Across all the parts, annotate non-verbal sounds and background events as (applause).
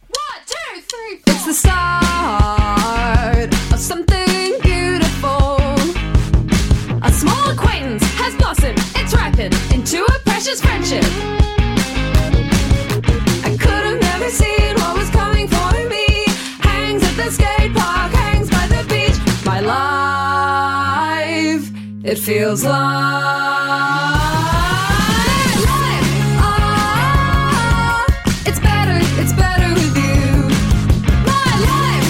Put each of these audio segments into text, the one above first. One, two, three, four. It's the start of something beautiful. A small acquaintance has blossomed, it's ripened into a precious friendship. I could have never seen what was coming for me. Hangs at the skate park, hangs by the beach. My life, it feels like. life. Ah, it's better, it's better with you. My life,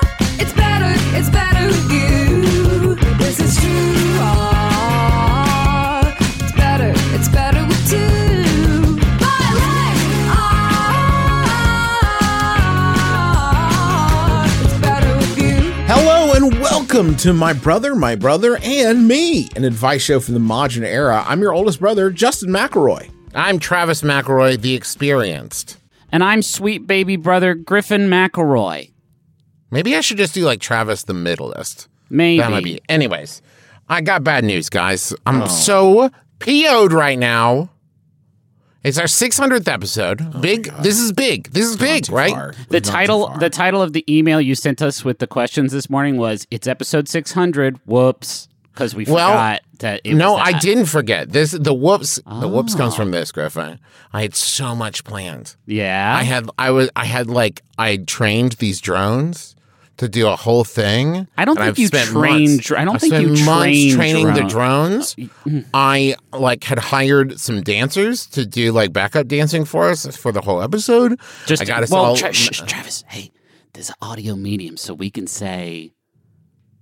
ah, it's better, it's better with you. This is true. Ah, it's better, it's better with two. My life, ah, it's better with you. Hello and welcome to My Brother, My Brother, and Me, an advice show from the modern era. I'm your oldest brother, Justin McElroy. I'm Travis McElroy, the experienced. and I'm sweet baby brother Griffin McElroy. Maybe I should just do like Travis the middleist. Maybe. Oh. That might be. Anyways, I got bad news, guys. I'm so PO'd right now. It's our 600th episode. Oh big. This is big. This is big, right? The title the title of the email you sent us with the questions this morning was it's episode 600. Whoops, cuz we Well, forgot that it No, was I that. Oh. didn't forget. This the whoops. The whoops comes from this, Griffin. I had so much planned. Yeah. I had I was I had like I trained these drones to do a whole thing. I don't and think I've you spent trained months- dr- I don't I've think you Uh, spent months trained training the drones. mm-hmm. I like had hired some dancers to do like backup dancing for us for the whole episode. Just I got us well, all. Tra- shh, shh, Travis, hey, there's an audio medium so we can say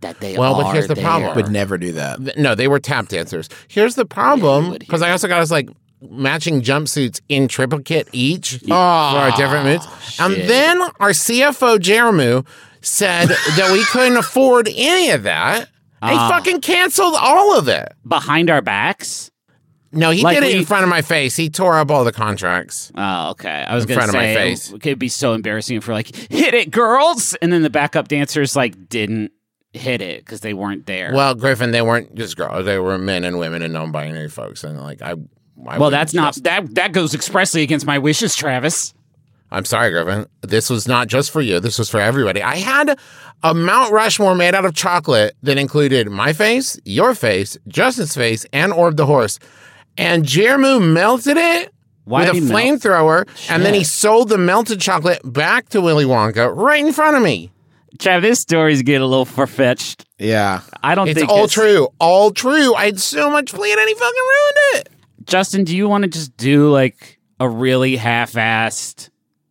that they Well, are but here's the there. problem. Would never do that. Th- no, they were tap dancers. Here's the you problem would hear because I also got us like matching jumpsuits in triplicate each for our different moods. Oh, And then our CFO Jeremy said that we couldn't afford any of that. He Ah. fucking canceled all of it. Behind our backs? No, he Like did it in we- front of my face. He tore up all the contracts. Oh, okay. I was In going to front of my say face. it could be so embarrassing if we're like, "Hit it, girls!" and then the backup dancers like didn't hit it because they weren't there. Well, Griffin, they weren't just girls; they were men and women and non-binary folks. And like, I, I Well, wouldn't that's not just- that. That goes expressly against my wishes, Travis. I'm sorry, Griffin. This was not just for you. This was for everybody. I had a Mount Rushmore made out of chocolate that included my face, your face, Justin's face, and Orb the horse. And Jeremy melted it Why with a did he melt? flamethrower, and then he Shit. sold the melted chocolate back to Willy Wonka right in front of me. Travis, this story's getting a little far fetched. Yeah. I don't It's think all true, all true. I had so much plan, and he fucking ruined it. Justin, do you want to just do like a really half-assed,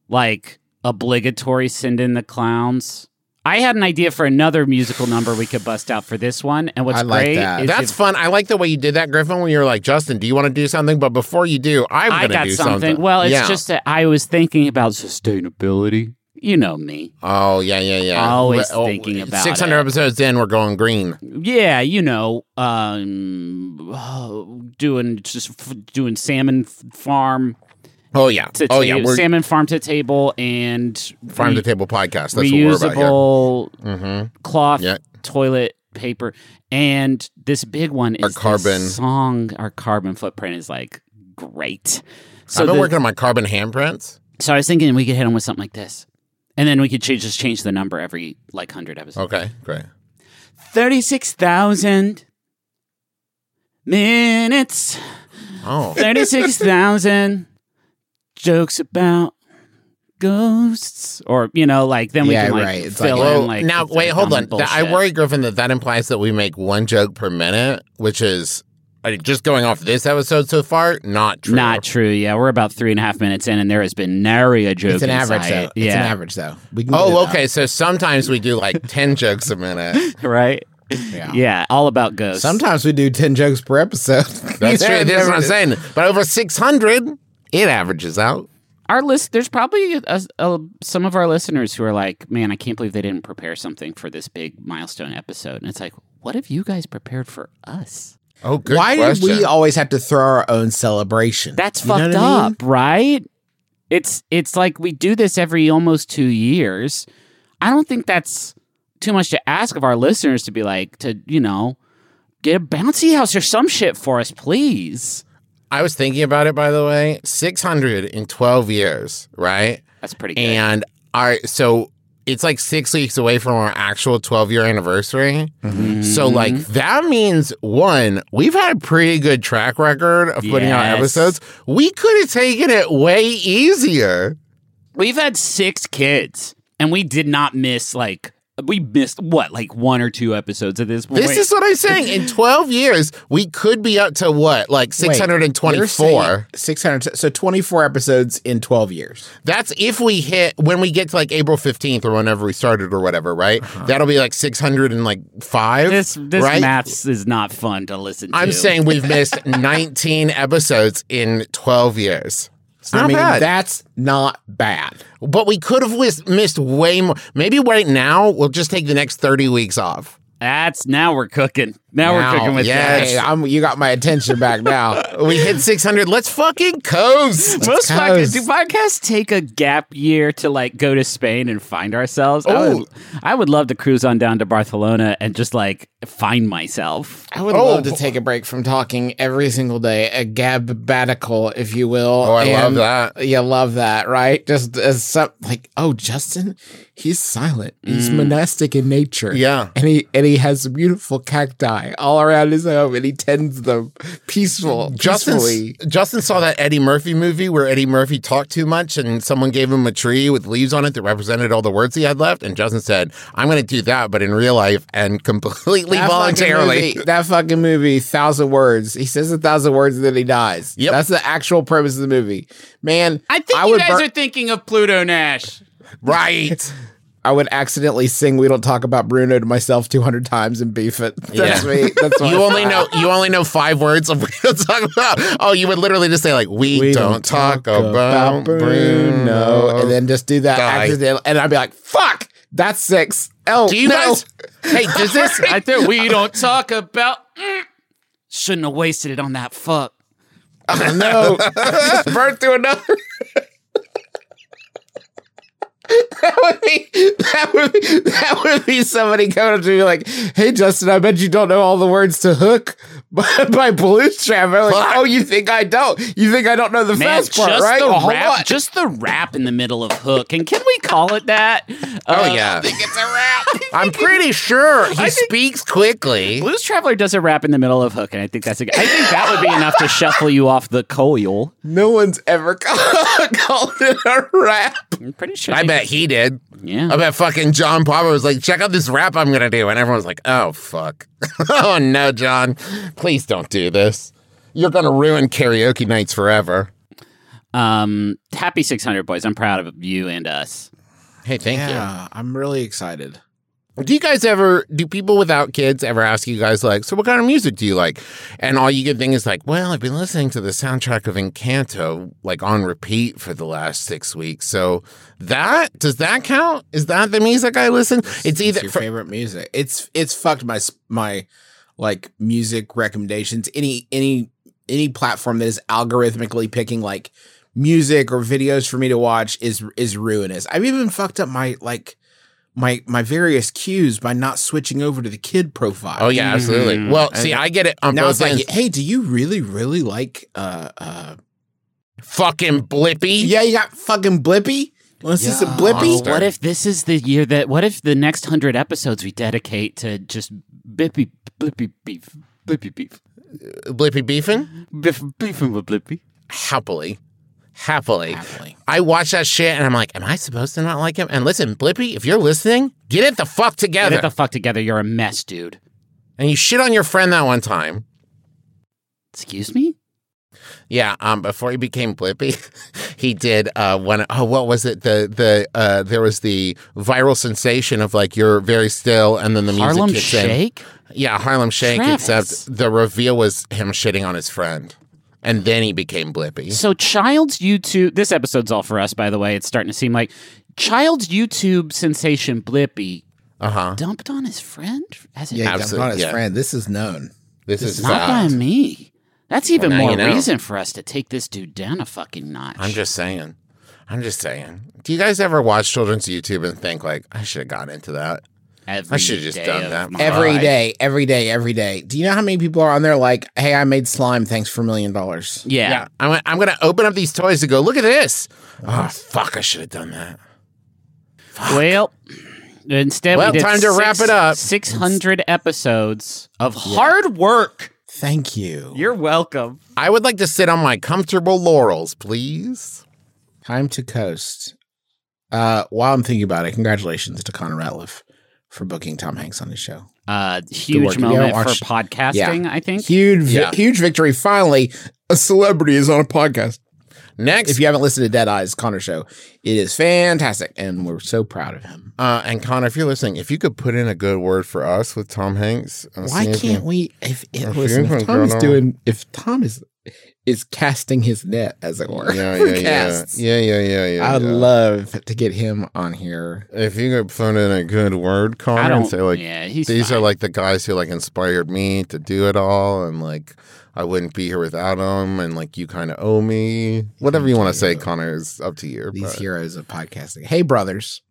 like obligatory send in the clowns? I had an idea for another musical number we could bust out for this one, and what's I like great that. is That's if- fun. I like the way you did that, Griffin. When you were like, Justin, do you want to do something? But before you do, I'm I going to got do something. something. Well, it's Yeah. just that I was thinking about sustainability. You know me. Oh yeah, yeah, yeah. Always thinking about six hundred it. episodes in, we're going green. Yeah, you know, um, (sighs) doing just f- doing salmon f- farm Oh yeah, to oh yeah. table, We're salmon farm to table and farm re- to table podcast. That's what we're about. reusable Here. Mm-hmm. cloth Yeah. toilet paper. And this big one is Our this carbon- song. Our carbon footprint is like great. So I've been the- working on my carbon handprints. So I was thinking we could hit them with something like this, and then we could change, just change the number every like hundred episodes. Okay, great. Thirty-six thousand minutes. Oh, Thirty-six thousand jokes about ghosts, or you know, like then we Yeah, can like right. It's fill like- oh, well, in like now the wait, hold on. dumb Th- I bullshit. worry, Griffin, that that implies that we make one joke per minute, which is uh, just going off this episode so far, not true. Not true. Yeah, we're about three and a half minutes in, and there has been nary a joke. It's an average, inside. though. Yeah, It's an average, though. We can Oh, get okay. So sometimes we do like ten (laughs) jokes a (laughs) minute. right? it up. Yeah. Yeah. all about ghosts. Sometimes we do 10 jokes per episode. (laughs) That's Yeah, true. That's what never- I'm saying. But over six hundred, it averages out. our list there's probably a, a, some of our listeners who are like man i can't believe they didn't prepare something for this big milestone episode and it's like what have you guys prepared for us Oh, good Why question. did we always have to throw our own celebration? That's You know fucked what I mean? up, right? It's it's like we do this every almost two years. I don't think that's too much to ask of our listeners to be like to you know get a bouncy house or some shit for us, please. I was thinking about it, by the way. 612 years, right? That's pretty good. And our so it's like six weeks away from our actual 12 year anniversary. Mm-hmm. So, like, that means one, we've had a pretty good track record of putting out Yes. episodes. We could have taken it way easier. We've had six kids, and we did not miss like we missed what like one or two episodes at this point. This is what I'm saying. In 12 years, we could be up to what? Like Wait, you're 624. saying 600. So 24 episodes in 12 years. That's if we hit when we get to like April 15th or whenever we started or whatever, right? That'll be like 605. this this right? maths is not fun to listen to. I'm saying (laughs) we've missed 19 episodes in 12 years. It's not I mean, bad. that's not bad. but we could have wis- missed way more. Maybe right now we'll just take the next 30 weeks off. that's now we're cooking. Now, Now, we're cooking with yes. that. Hey, I'm, you got my attention back (laughs) now. We hit 600. Let's fucking coast. Most podcasts, Because- do podcasts take a gap year to like go to Spain and find ourselves? I would, I would love to cruise on down to Barcelona and just like find myself. I would Oh. love to take a break from talking every single day, a gabbatical, if you will. Oh, I love that. You love that, right? Just as some, like, oh, Justin, he's silent. He's monastic in nature. Mm. Yeah. and he and he has beautiful cacti all around his home, and he tends them peaceful, Justin, peacefully. Justin saw that Eddie Murphy movie where Eddie Murphy talked too much and someone gave him a tree with leaves on it that represented all the words he had left. And Justin said, I'm going to do that, but in real life and completely That fucking voluntarily. movie- that fucking movie, thousand words. He says a thousand words, and then he dies. Yep. that's the actual premise of the movie. Man, bur- thinking of Pluto Nash. (laughs) Right. I would accidentally sing "We Don't Talk About Bruno" to myself two hundred times and beef it. (laughs) That's Yeah. me. That's what You I- only know you only know five words of (laughs) what to talk about. Oh, you would literally just say like we, We don't, talk, about, Bruno. and then just do that Die. accidentally, and I'd be like, "Fuck, that's six. Oh, do you no. guys? Hey, does this? (laughs) (laughs) I think we don't talk about. Shouldn't have wasted it on that fuck. no, just burn through another. That would be that would be that would be somebody coming up to me like, "Hey Justin, I bet you don't know all the words to hook (laughs) by, by Blues Trap." I'm like, "Oh, you think I don't? You think I don't know the Man, first just part, right?" the Well, hold on. rap, just the rap in the middle of hook. And can we call it that? oh Uh, yeah, (laughs) I'm pretty sure he speaks quickly. Blues Traveler does a rap in the middle of Hook, and I think that's. A, I think that would be enough to shuffle you off the coil. No one's ever (laughs) called it a rap. I'm pretty sure. I they- bet he did. Yeah. I bet fucking John Papa was like, check out this rap I'm gonna do, and everyone was like, oh fuck, (laughs) oh no, John, please don't do this. You're gonna ruin karaoke nights forever. Um, happy 600, boys. I'm proud of you and us. Hey, thank you. I'm really excited. Do you guys ever do people without kids ever ask you guys like, so what kind of music do you like? And all you can think is like, well, I've been listening to the soundtrack of Encanto like on repeat for the last six weeks. So that does that count? Is that the music I listen? It's It's either your for- favorite music. It's it's fucked my s- my like music recommendations. Any any any platform that is algorithmically picking like music or videos for me to watch is is ruinous. I've even fucked up my like my my various cues by not switching over to the kid profile. oh yeah, absolutely. Mm. Well, see, I get it Mm-hmm. on Now it's both ends. like, hey, do you really, really like uh uh Fucking blippy. Yeah, you got fucking Blippy? Wanna see some Blippy? Monster. What if this is the year that? What if the next hundred episodes we dedicate to just bippy blippy beef, blippy beef, Blippy beefing. Mm-hmm. biff beefing with blippy? happily. Happily. Happily. I watch that shit and I'm like, am I supposed to not like him? And listen, Blippy, if you're listening, get it the fuck Get together. it the fuck together. You're a mess, dude. and you shit on your friend that one time. Excuse me. Yeah, um, before he became Blippy, (laughs) he did uh, one. Oh, what was it? The the uh, there was the viral sensation of like you're very still, and then the music Harlem kicks Shake. in. Yeah, Harlem Shake. Travis. Except the reveal was him shitting on his friend, and then he became Blippy. So Child's YouTube this episode's all for us by the way. It's starting to seem like Child's YouTube sensation Blippy Uh huh. dumped on his friend as a Yeah, Absolute- I'm not his yeah. friend. This is known. This, is uh, Not sad. by me. That's even now more you know. reason for us to take this dude down a fucking notch. I'm just saying. I'm just saying. Do you guys ever watch children's YouTube and think like, I should have got into that? Every I should've just day done of that. my Every life. day, every day, every day. Do you know how many people are on there like, hey, I made slime, thanks for a million dollars? Yeah. I'm, gonna- I'm gonna open up these toys and go, look at this. Oh fuck, I should have done that. Well, instead Well, we did time to wrap it up. Six hundred episodes of hard work. Thank you. You're welcome. I would like to sit on my comfortable laurels, please. Time to coast. Uh, while I'm thinking about it, congratulations to Connor Ratliff for booking Tom Hanks on his show. Uh, work. huge You moment gotta watch- for podcasting. I think. Huge, vi- Yeah. huge victory. Finally, a celebrity is on a podcast. Next, If you haven't listened to Dead Eyes Connor show, it is fantastic, and we're so proud of him. uh, and Connor, if you're listening, if you could put in a good word for us with Tom Hanks, and Why see if can't you- we? If, if, if listen, you if can Tom go is on. doing, if Tom is is casting his net, as it were, (laughs) Yeah, for yeah, yeah, casts, yeah, yeah, yeah, yeah. I'd yeah. love to get him on here. if you could put in a good word, Connor, and I don't. say like, yeah, he's these fine. are like the guys who like inspired me to do it all and like i wouldn't be here without them and like you kind of owe me whatever you want to say connor is up to you These but- heroes of podcasting. Hey, brothers,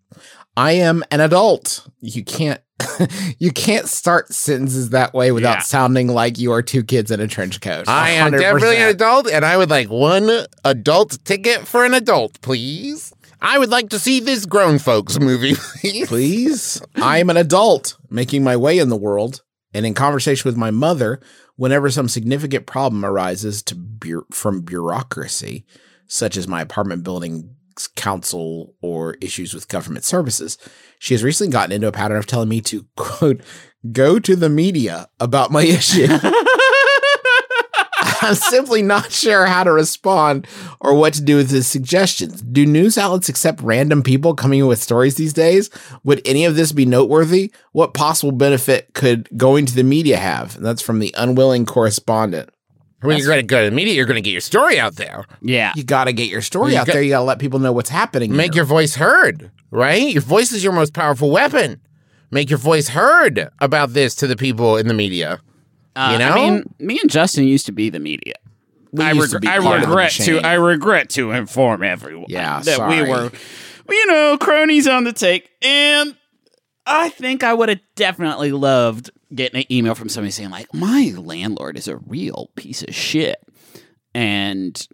I am an adult. You can't. (laughs) You can't start sentences that way without Yeah. sounding like you are two kids in a trench coat. i am 100%. definitely an adult and i would like one adult ticket for an adult please i would like to see this grown folks movie (laughs) (laughs) please Please. I am an adult making my way in the world and in conversation with my mother whenever some significant problem arises to bu- from bureaucracy, such as my apartment building council or issues with government services. She has recently gotten into a pattern of telling me to, quote, go to the media about my (laughs) issue. (laughs) I'm simply not sure how to respond or what to do with his suggestions. Do news outlets accept random people coming in with stories these days? Would any of this be noteworthy? What possible benefit could going to the media have? And that's from the unwilling correspondent. when you're gonna go to the media you're gonna get your story out there yeah. You got to get your story You out got- there. You got to let people know what's happening. Make here. your voice heard, right? Your voice is your most powerful weapon. Make your voice heard about this to the people in the media. Uh, you know? I mean, me and Justin used to be the media. We I, used to regr- be I part of the regret to. machine. I regret to inform everyone Yeah, that sorry. we were, you know, cronies on the take. And I think I would have definitely loved getting an email from somebody saying like, "My landlord is a real piece of shit," and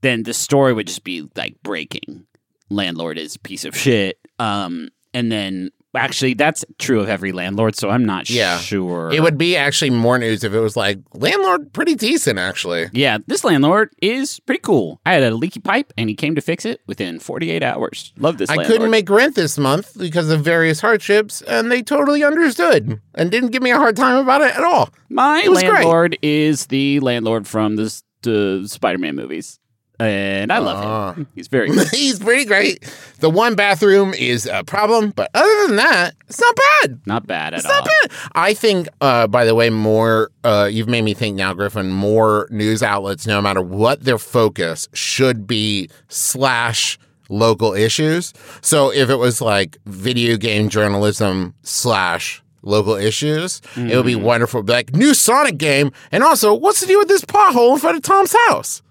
then the story would just be like breaking. Landlord is piece of shit. Um, and then actually, that's true of every landlord. So I'm not Yeah. sure. It would be actually more news if it was like landlord pretty decent actually. Yeah, this landlord is pretty cool. I had a leaky pipe and he came to fix it within 48 hours. Love this I landlord. couldn't make rent this month because of various hardships and they totally understood and didn't give me a hard time about it at all. (laughs) My It was great. landlord is the landlord from the, s- the Spider Man movies. And I love Ah. him. He's very (laughs) good. He's pretty great. The one bathroom is a problem, but other than that, it's not bad. Not bad at all. Stop it. I think, uh, by the way, more, uh, you've made me think now, Griffin, more news outlets, no matter what their focus, should be slash local issues. So if it was like video game journalism slash local issues, it would be wonderful. Be like, new Sonic game. And also, what's to do with this pothole in front of Tom's house?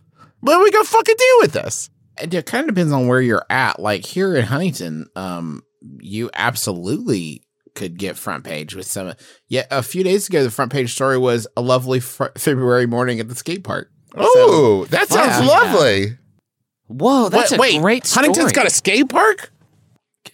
What are we going to fucking do with this? it kind of depends on where you're at. Like here in Huntington, um, you absolutely could get front page with some. Yeah, a few days ago, the front page story was a lovely fr- February morning at the skate park. Oh, that Fuck sounds yeah. lovely. Whoa, that's wait, a wait, great story. Huntington's got a skate park?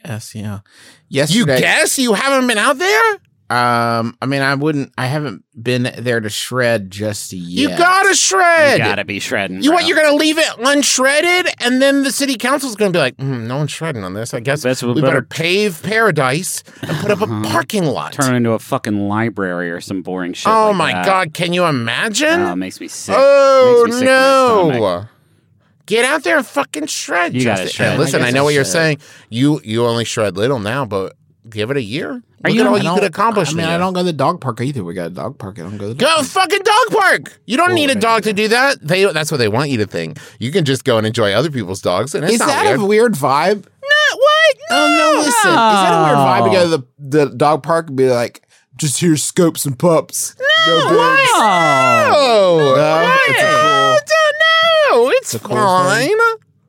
Yes, yeah. You Yesterday, guess you haven't been out there? um, I mean, I wouldn't. I haven't been there to shred just yet. You gotta shred. You You, gotta be shredding. what? bro. You're gonna leave it unshredded, and then the city council's gonna be like, "Hmm, "No one's shredding on this. I guess That's what we better better- Uh-huh. pave paradise and put up a parking lot." turn into a fucking library or some boring shit. oh like my that. god! Can you imagine? Oh, it makes me sick. oh Makes me sick to my stomach. no! Get out there and fucking shred. You gotta Justin. shred. And listen, I I, guess know I what you're should. saying. You you only shred little now, but give it a year. Look you- at all I you don't- could accomplish. I in mean, a I year. don't go to the dog park either. We got a dog park. I don't go to the Go fucking dog park. You don't need a dog to do that. They that's what they want you to think. You can just go and enjoy other people's dogs, and it's Is not that weird. a weird vibe? No, what? Oh no! Listen, is that a weird vibe to go to the, the dog park and be like, just here's scopes and pups? Wow. Oh, No, it's a cool, no, It's it's, a cool fine. thing.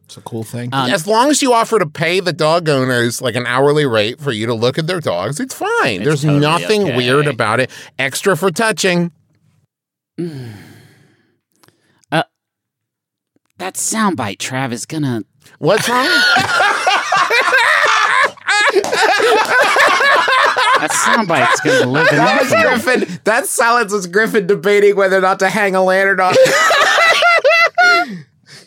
it's a cool thing. as long as you offer to pay the dog owners like an hourly rate for you to look at their dogs, it's fine. There's totally nothing okay. weird about it. Extra for touching. That soundbite, Trav, is gonna. What's (laughs) wrong? That soundbite's gonna live in that was infamy. Griffin. That silence was Griffin debating whether or not to hang a lantern (laughs) on.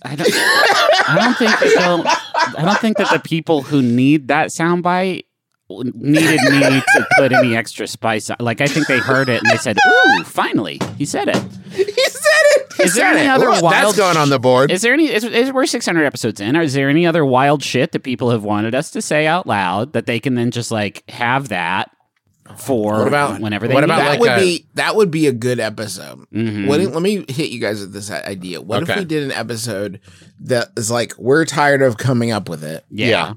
I don't, I don't think that they'll- I don't think that the people who need that soundbite w- needed me to put any extra spice. On. Like I think they heard it and they said, "Ooh, finally, he said it." he said it. Is there any other Well, wild? that's going on the board. Is there any? Is, is, we're six hundred episodes in. Is there any other wild shit that people have wanted us to say out loud that they can then just like have that for What about- whenever they what need about, it? That like would a- be that would be a good episode. Mhm. What if- let me hit you guys with this idea. What if Okay. we did an episode that is like we're tired of coming up with it. yeah. yeah.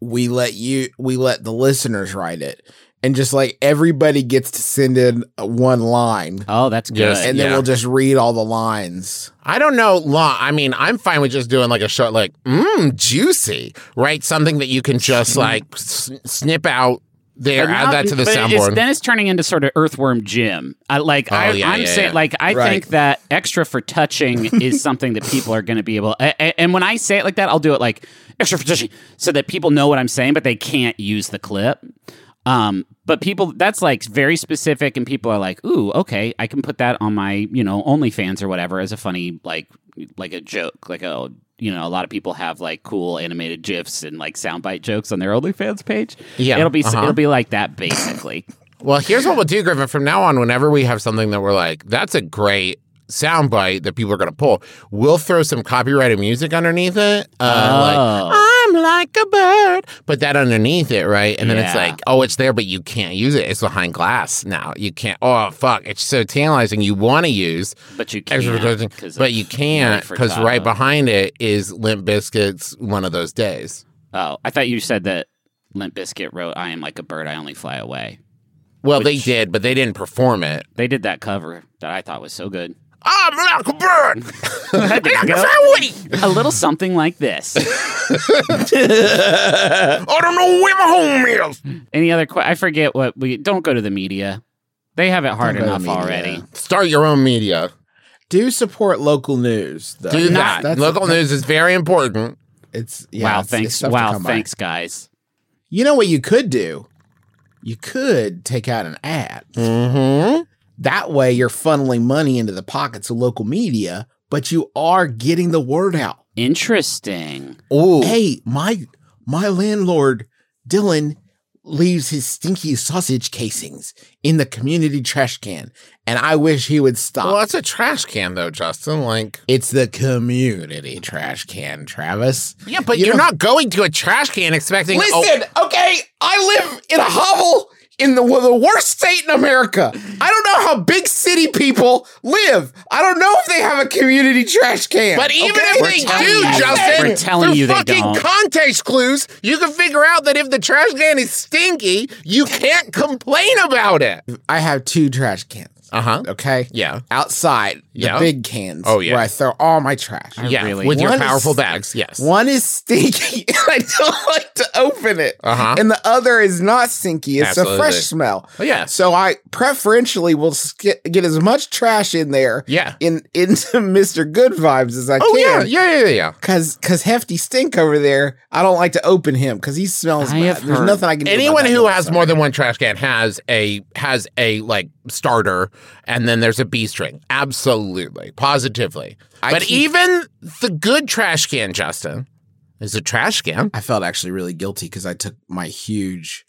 We let you we let the listeners write it. And just like everybody gets to send in one line. Oh, that's good. Yes, And then Uh, yeah. we'll just read all the lines. I don't know law. I mean, I'm fine with just doing like a short, like, mmm, juicy, right? Something that you can just like s- snip out there, But now- add that to the but it's- soundboard. then it's turning into sort of earthworm Jim. I, like I, Oh, yeah, I'm yeah, saying, yeah. like I Right. think that extra for touching is something that people are going to be able. a- a- and when I say it like that, I'll do it like extra for touching, so that people know what I'm saying, but they can't use the clip. Um, but people, that's like very specific, and people are like, "Ooh, okay, I can put that on my, you know, OnlyFans or whatever as a funny, like, like a joke, like a." You know, a lot of people have like cool animated gifs and like soundbite jokes on their OnlyFans page. Yeah, it'll be uh-huh. it'll be like that basically. well, here's what we'll do, Griffin. From now on, whenever we have something that we're like, that's a great soundbite that people are going to pull, we'll throw some copyrighted music underneath it. Uh, Like, Oh. I'm like a bird. Put that underneath it, right? And then it's Yeah. like, oh, it's there, but you can't use it. It's behind glass now. You can't. Oh, fuck. It's so tantalizing. You want to use. But you can't. Extra protection, 'cause but of you can't Knife or because right Tahoe. behind it is Limp Biscuits. One of those days. Oh, I thought you said that Limp Biscuit wrote "I am like a bird, I only fly away." Well, they did, but they didn't perform it. They did that cover that I thought was (laughs) so good. I'm like a bird. There you go. (laughs) a little something like this. I don't know where my home is. Any other? Que- I forget what we don't go to the media. They have it hard Don't go to enough the media. already. Start your own media. Do support local news. Though. Do That's- that. that's- Local news is very important. It's yeah, wow, it's- it's thanks. tough to wow, come by. thanks, guys. You know what you could do? You could take out an ad. Mm-hmm. That way you're funneling money into the pockets of local media, but you are getting the word out. Interesting. Ooh, Hey, my my landlord, Dylan, leaves his stinky sausage casings in the community trash can, and I wish he would stop. well, that's a trash can though, Justin. Like, It's the community trash can, Travis. yeah, but You you are know- not going to a trash can expecting. oh, Listen, okay, I live in a hovel in the, the worst state in America. I don't know how big city people live. I don't know if they have a community trash can. But even okay? if We're they telling do, you they Justin, don't. We're telling through you they fucking don't. context clues, you can figure out that if the trash can is stinky, you can't complain about it. I have two trash cans, Uh huh. okay? Yeah. Outside, Yeah. the big cans Oh, yeah. where I throw all my trash. I Yeah. really- with your One is- powerful bags. Yes. One is stinky (laughs) and I don't like to open it. Uh-huh. And the other is not stinky. It's Absolutely. a fresh smell. Oh, yeah. So I preferentially will sk- get as much trash in there Yeah. in into (laughs) Mr. Good Vibes as I Oh yeah. can. Yeah. Yeah. Yeah. Cause, cause hefty stink over there. I don't like to open him because he smells. I bad. have There's heard- nothing I can. do about Anyone that who noise, has sorry. more than one trash can has a has a like starter, and then there's a B string. Absolutely, positively. I but keep- even the good trash can, Justin, is a trash can. I felt actually really guilty because I took my huge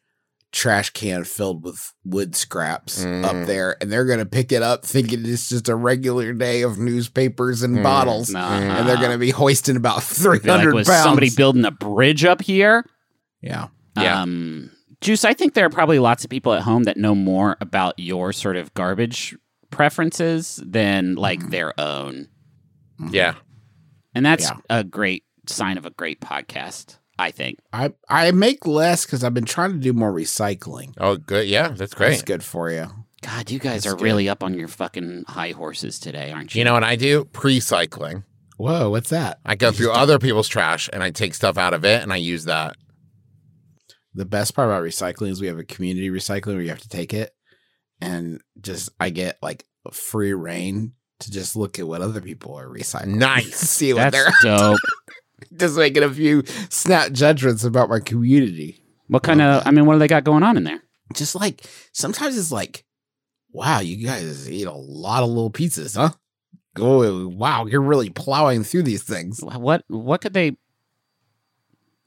trash can filled with wood scraps up there, and they're gonna pick it up thinking it's just a regular day of newspapers and bottles, and they're gonna be hoisting about three Be like, hundred was pounds. somebody building a bridge up here? yeah, Yeah. Um, Juice, I think there are probably lots of people at home that know more about your sort of garbage preferences than like Mm-hmm. their own. Yeah. And that's Yeah. a great sign of a great podcast, I think. I I make less because I've been trying to do more recycling. Oh, good. Yeah, that's great. That's good for you. God, you guys are really up on your fucking high horses today, aren't you? You know what I do? Pre-cycling. Whoa, what's that? I go through other people's trash and I take stuff out of it and I use that. The best part about recycling is we have a community recycling where you have to take it and just I get like free reign to just look at what other people are recycling. (laughs) Nice. See what that's they're (laughs) dope. just making a few snap judgments about my community. What kind of? I mean, what do they got going on in there? Just like sometimes it's like, wow, you guys eat a lot of little pizzas, huh? Oh wow, you're really plowing through these things. Wh- What what could they?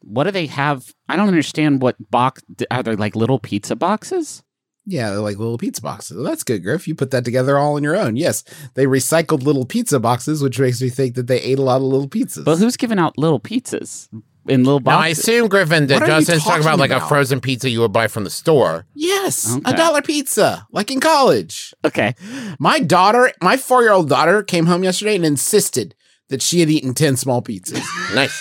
What do they have? I don't understand. What box are they? Like little pizza boxes? Yeah, they're like little pizza boxes. Well, that's good, Griff. You put that together all on your own. Yes, they recycled little pizza boxes, which makes me think that they ate a lot of little pizzas. But who's giving out little pizzas in little Now I boxes? assume Griffin that What are you Justin's talking about talking like a about? frozen pizza you would buy from the store. yes, Okay. a dollar pizza, like in college. okay, My daughter, my four year old daughter, came home yesterday and insisted that she had eaten 10 small pizzas (laughs) Nice.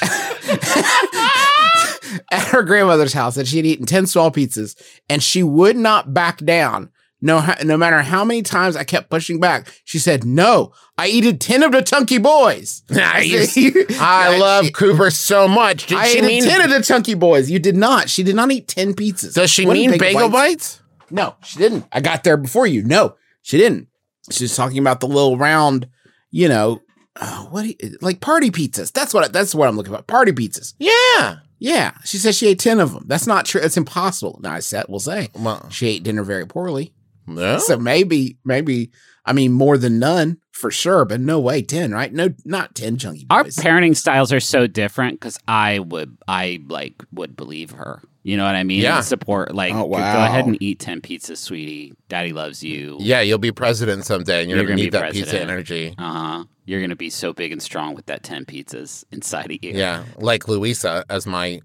at her grandmother's house, that she had eaten 10 small pizzas, and she would not back down. No, ho- no matter how many times I kept pushing back, she said, No, I eated 10 of the chunky boys. nice. (laughs) I love Cooper so much. Did I she ate mean? 10 of the chunky boys. You did not. She did not eat 10 pizzas. Does she One mean bagel bites? No, she didn't. I got there before you. No, she didn't. She's talking about the little round, you know, uh, what do you- like party pizzas. That's what that's what I'm looking for. Party pizzas. Yeah. Yeah, she says she ate 10 of them. That's not true. It's impossible. Now I said will say Well, she ate dinner very poorly. no. So maybe maybe I mean more than none for sure, but no way 10, right? No not 10 chunky our boys. parenting styles are so different because I would I like would believe her. You know what I mean? Yeah. And Support like Oh, go wow. ahead and eat ten pizzas, sweetie. Daddy loves you. Yeah, you'll be president someday, and you're, You're gonna, gonna need be that pizza president. energy. Uh huh. You're gonna be so big and strong with that ten pizzas inside of you. Yeah, like Louisa as my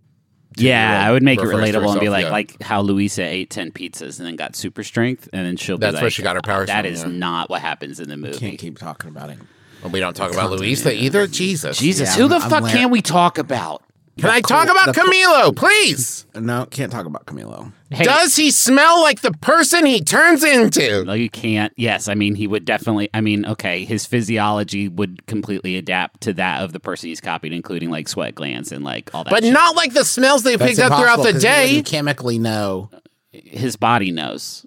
Yeah, two-year-old I would make it refers to relatable and be herself, like, yeah. like how Louisa ate ten pizzas and then got super strength, and then she'll That's be where like, she got her powers That from, is yeah." not what happens in the Can't movie. keep talking about it. we don't talk about Louisa either. Jesus. Jesus, Yeah, who I'm- the I'm fuck aware. can we talk about? Can I talk about Camilo, please? No, can't talk about Camilo. Hey, Does he smell like the person he turns into? no, you can't. Yes, I mean he would definitely. I mean, okay, his physiology would completely adapt to that of the person he's copied, including like sweat glands and like all that. But shit. not like the smells they picked up throughout the 'cause you day. wouldn't chemically know. his body knows.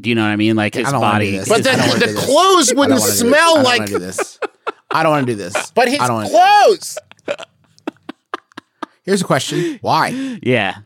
Do you know what I mean? Like his I don't wanna body. do this. But his then I don't wanna the do this. clothes I don't wouldn't wanna do this. smell I don't like. wanna do this. I don't want to do this. (laughs) But his I don't wanna- clothes. Here's a question. Why? (laughs) yeah.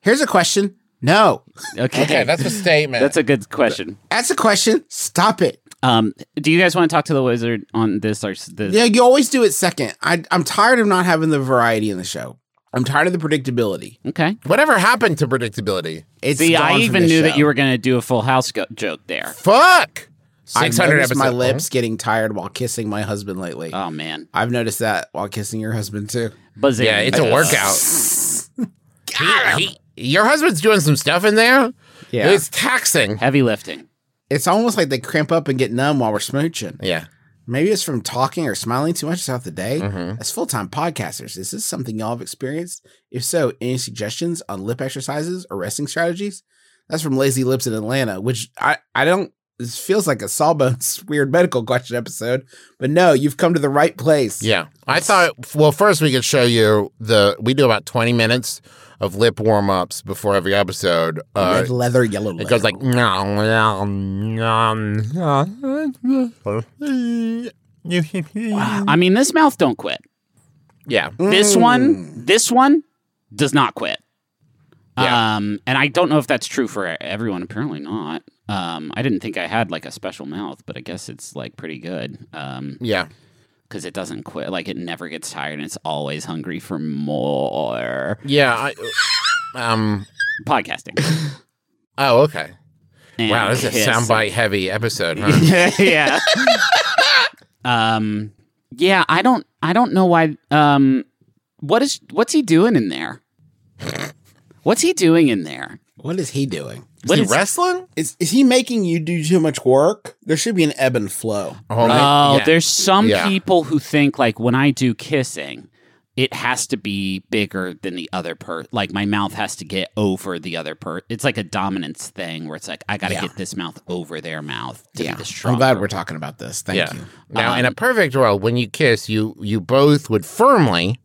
Here's a question. No. Okay. Okay, that's, that's (laughs) a statement. a good question. That's a question. Stop it. Um, do you guys want to talk to the wizard on this or s- this? Yeah, you always do it second. I, I'm tired of not having the variety in the show. I'm tired of the predictability. Okay. Whatever happened to predictability? It's See, gone I from even this knew show. that you were going to do a Full House go- joke there. Fuck. I've Six hundred noticed episodes. my Uh, lips getting tired while kissing my husband lately. Oh man, I've noticed that while kissing your husband too. buzzing. Yeah, it's a workout. (laughs) He- he- your husband's doing some stuff in there. Yeah. It's taxing. Heavy lifting. It's almost like they cramp up and get numb while we're smooching. Yeah. Maybe it's from talking or smiling too much throughout the day. Mm-hmm. As full time podcasters, is this something y'all have experienced? If so, any suggestions on lip exercises or resting strategies? That's from Lazy Lips in Atlanta, which I, I don't, this feels like a sawbones (laughs) weird medical question episode, but no, you've come to the right place. Yeah. I thought, well, first we could show you the, we do about 20 minutes of lip warm ups before every episode. Uh, Red leather, yellow leather. it goes like, nom, nom, nom, nom. Ah, I mean, this mouth don't quit. yeah. This one, this one does not quit. Uh. Um, and I don't know if that's true for everyone. Apparently not. Um, I didn't think I had like a special mouth, but I guess it's like pretty good. Um, Yeah. because it doesn't quit. Like it never gets tired, and it's always hungry for more Yeah. I, um, podcasting. oh, okay. And Wow. (laughs) This is a kiss. soundbite heavy episode, (laughs) huh? (laughs) yeah. um. Yeah. I don't. I don't know why. Um. What is? What's he doing in there? What's he doing in there? what is he doing? Is What he is- wrestling? Is, is he making you do too much work? There should be an ebb and flow. Oh, Oh, yeah. there's some Yeah. people who think like when I do kissing, it has to be bigger than the other per like my mouth has to get over the other per it's like a dominance thing where it's like i gotta get this mouth over their mouth to be the I'm strong glad we're talking about this. Thank yeah. you. Um, Now, in a perfect world, when you kiss, you you both would firmly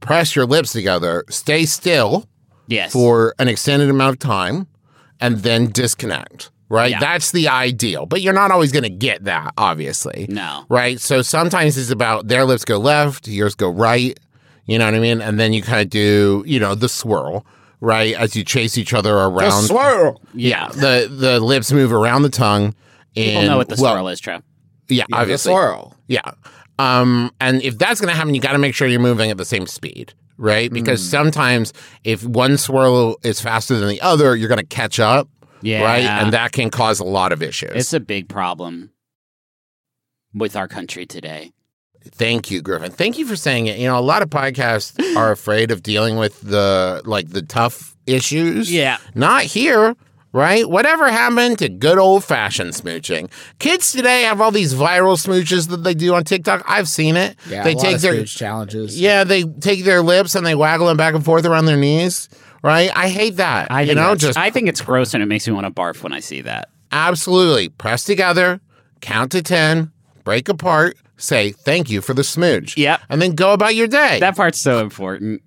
press your lips together, stay still yes for an extended amount of time, and then disconnect. Right? Yeah. That's the ideal. But you're not always going to get that, obviously. no Right? So sometimes it's about their lips go left, yours go right. You know what I mean? And then you kind of do, you know, the swirl, right? As you chase each other around. Swirl. yeah. The the lips move around the tongue. And, people know what the well, swirl is trap Yeah, Yeah, the obviously. swirl. Yeah. Um, and if that's going to happen, you got to make sure you're moving at the same speed, right? Because Mm. sometimes if one swirl is faster than the other, you're going to catch up, yeah right? And that can cause a lot of issues. it's a big problem with our country today Thank you, Griffin. Thank you for saying it. You know, a lot of podcasts are afraid of dealing with the like the tough issues. Yeah. Not here, right? Whatever happened to good old fashioned smooching? Kids today have all these viral smooches that they do on TikTok. I've seen it. Yeah, they a lot take of their huge challenges. Yeah, they take their lips and they waggle them back and forth around their knees. Right? I hate that. i you think know, that's- just i think it's gross and it makes me want to barf when i see that absolutely press together, count to ten, break apart, say thank you for the smooch. Yep. And then go about your day. that part's so important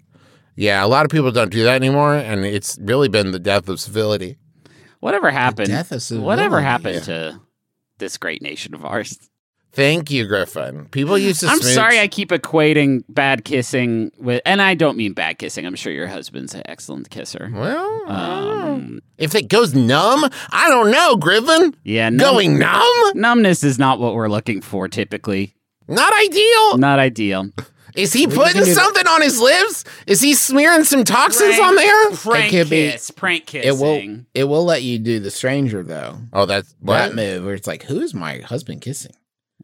yeah, a lot of people don't do that anymore, and it's really been the death of civility. whatever happened death of civility, whatever happened to this great nation of ours Thank you, Griffin. (gasps) People used to I'm smooch- sorry I keep equating bad kissing with, and I don't mean bad kissing. I'm sure your husband's an excellent Mm-hmm. kisser. well, I don't know. Um, if it goes numb, I don't know, Griffin. yeah, numb- Going numb? numbness is not what we're looking for typically. Not ideal. Not ideal. Is he putting something on his lips? Is he smearing some toxins on there? Prank could be- kiss, prank kissing. It will it will let you do the stranger though. Oh, that's what? That move where it's like, who is my husband kissing?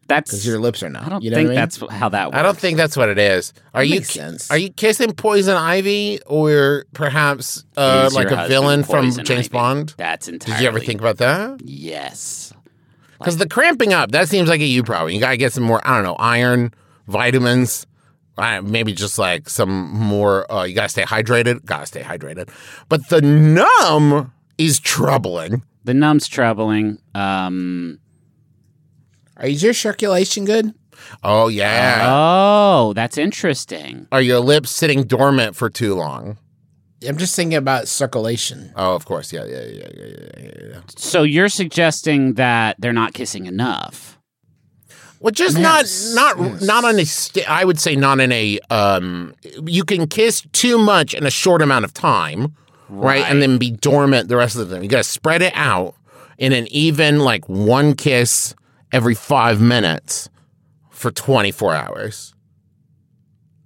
Because that's. your lips are not. I don't you know think what I mean? that's how that works. I don't think that's what it is. Are you makes ki- sense. are you kissing poison ivy or perhaps uh, Is your like a husband villain from Poison James Ivy? Bond? That's entirely. Did you ever think about that? Yes. Because the cramping up that seems like a you problem. You gotta get some more. I don't know, iron, vitamins. I- Maybe just like some more. Uh, you gotta stay hydrated. Gotta stay hydrated. But the numb is troubling. The numb's troubling. Um, Are is your circulation good? Oh yeah. oh, that's interesting. Are your lips sitting dormant for too long? I'm just thinking about circulation. Oh, of course. Yeah, yeah, yeah, yeah, yeah, yeah, yeah. So you're suggesting that they're not kissing enough. Well, just Yes, not not yes. not on a. St- I would say not in a. Um, you can kiss too much in a short amount of time, right? And then be dormant the rest of the time. You got to spread it out in an even like one kiss every five minutes for twenty four hours.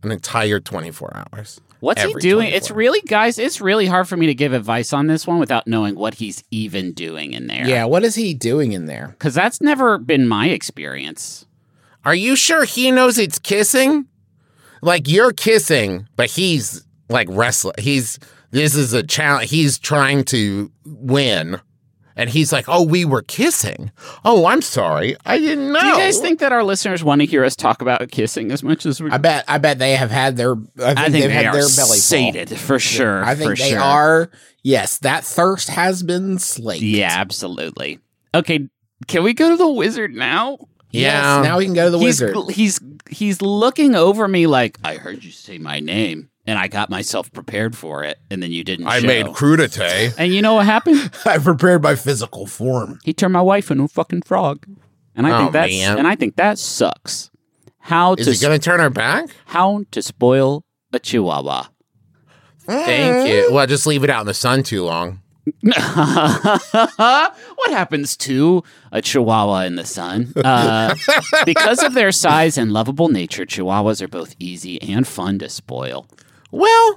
An entire twenty four hours. What's Every he doing? It's 24. really, guys, it's really hard for me to give advice on this one without knowing what he's even doing in there. Yeah, what is he doing in there? Because that's never been my experience. Are you sure he knows it's kissing? Like you're kissing, but he's like restless. He's this is a challenge. He's trying to win, and he's like, "Oh, we were kissing. Oh, I'm sorry, I didn't know." Do you guys think that our listeners want to hear us talk about kissing as much as we I bet I bet they have had their I think, I think they've they had are their belly full. sated for sure. I think for they sure. are. Yes, that thirst has been slaked. Yeah, absolutely. Okay, can we go to the wizard now? Yeah. Yes, now we can go to the he's, wizard. He's he's looking over me like I heard you say my name, and I got myself prepared for it, and then you didn't. I show. made crudite. and you know what happened? (laughs) I prepared my physical form. He turned my wife into a fucking frog, and I Oh, think that's man. and I think that sucks. How Is to he gonna turn her back? how to spoil a chihuahua? Mm. Thank you. Well, just leave it out in the sun too long. (laughs) what happens to a chihuahua in the sun? Uh, because of their size and lovable nature, chihuahuas are both easy and fun to spoil. Well,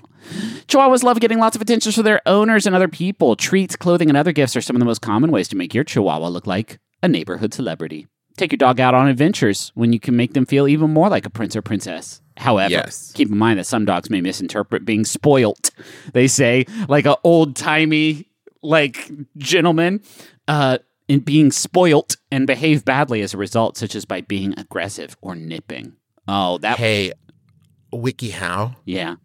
Chihuahuas love getting lots of attention from their owners and other people. Treats, clothing, and other gifts are some of the most common ways to make your chihuahua look like a neighborhood celebrity. Take your dog out on adventures when you can make them feel even more like a prince or princess. However, Yes. keep in mind that some dogs may misinterpret being spoilt, they say, like a old timey like gentleman, uh, in being spoilt and behave badly as a result, such as by being aggressive or nipping. Oh, that hey, WikiHow, Yeah.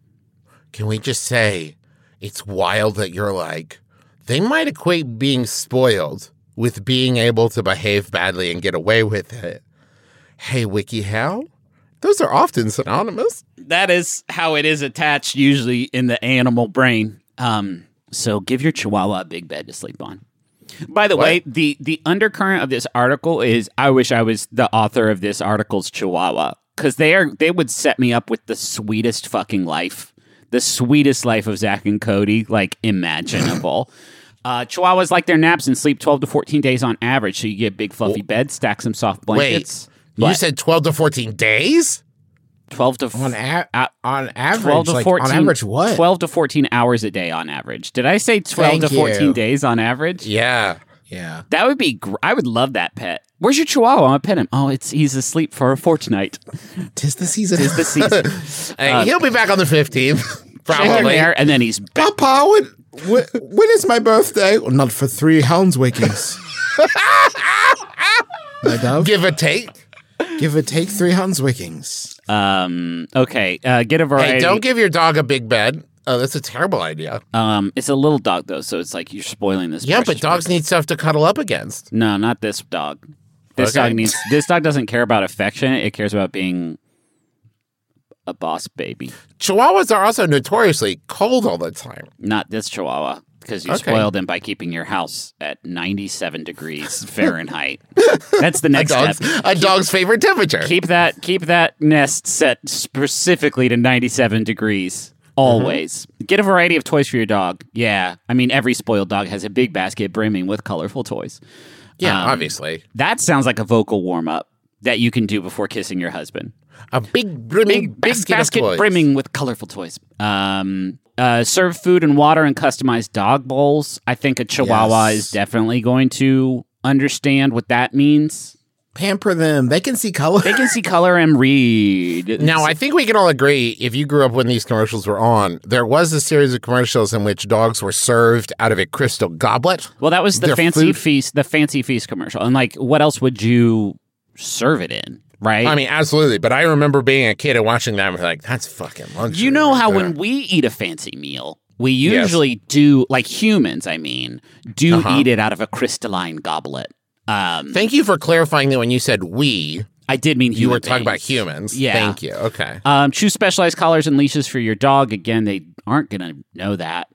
can we just say it's wild that you're like, they might equate being spoiled with being able to behave badly and get away with it. Hey, WikiHow, those are often synonymous. That is how it is attached usually in the animal brain. Um, so give your chihuahua a big bed to sleep on. By the way, the the undercurrent of this article is I wish I was the author of this article's chihuahua cuz they are they would set me up with the sweetest fucking life. The sweetest life of Zach and Cody, like imaginable. Uh, Chihuahuas like their naps and sleep 12 to 14 days on average. So you get a big fluffy bed, stack some soft blankets. You But said 12 to 14 days? 12 to on a- uh, on average, 12 to like, 14 on average, what? 12 to 14 hours a day on average did i say 12 Thank to 14 you. days on average Yeah. Yeah, that would be gr- i would love that pet where's your chihuahua i'll pet him oh it's he's asleep for a fortnight tis the season. is the season Hey, he'll be back on the 15th, Check in probably. there and then he's back Papa, when, when, when is my birthday? Well, not for three hounds wakings. my dove, Give or take. (laughs) give or take three hounds wakings. um okay uh get a variety Hey, don't give your dog a big bed. Oh, that's a terrible idea. um it's a little dog though so it's like you're spoiling this yeah, but precious dogs need stuff to cuddle up against. No, not this dog. This Okay. dog needs. This dog doesn't care about affection. It cares about being a boss baby. Chihuahuas are also notoriously cold all the time. Not this Chihuahua because you Okay. spoiled him by keeping your house at ninety-seven degrees (laughs) Fahrenheit. That's the next Dogs, step. a dog's favorite temperature. Keep that. Keep that nest set specifically to ninety-seven degrees. Mm-hmm. Always get a variety of toys for your dog. Yeah, I mean every spoiled dog has a big basket brimming with colorful toys. yeah, um, obviously. That sounds like a vocal warm up that you can do before kissing your husband. A big brimming Big, big of basket toys. brimming with colorful toys. Um, uh, serve food and water in customized dog bowls. I think a Chihuahua Yes. is definitely going to understand what that means. Pamper them; they can see color. They (laughs) can see color and read. Now, I think we can all agree if you grew up when these commercials were on, there was a series of commercials in which dogs were served out of a crystal goblet. well, that was the their fancy food- feast, the fancy feast commercial, and like, what else would you serve it in? Right? I mean, absolutely. But I remember being a kid and watching that and we're like, that's fucking luxury. You know how right there. when we eat a fancy meal, we Yes. usually do, like humans, I mean, do Uh-huh. eat it out of a crystalline goblet. Um, Thank you for clarifying that when you said we, I did mean you human were talking about beings. humans. Yeah. Thank you. Okay. Um, choose specialized collars and leashes for your dog. Again, they aren't going to know that.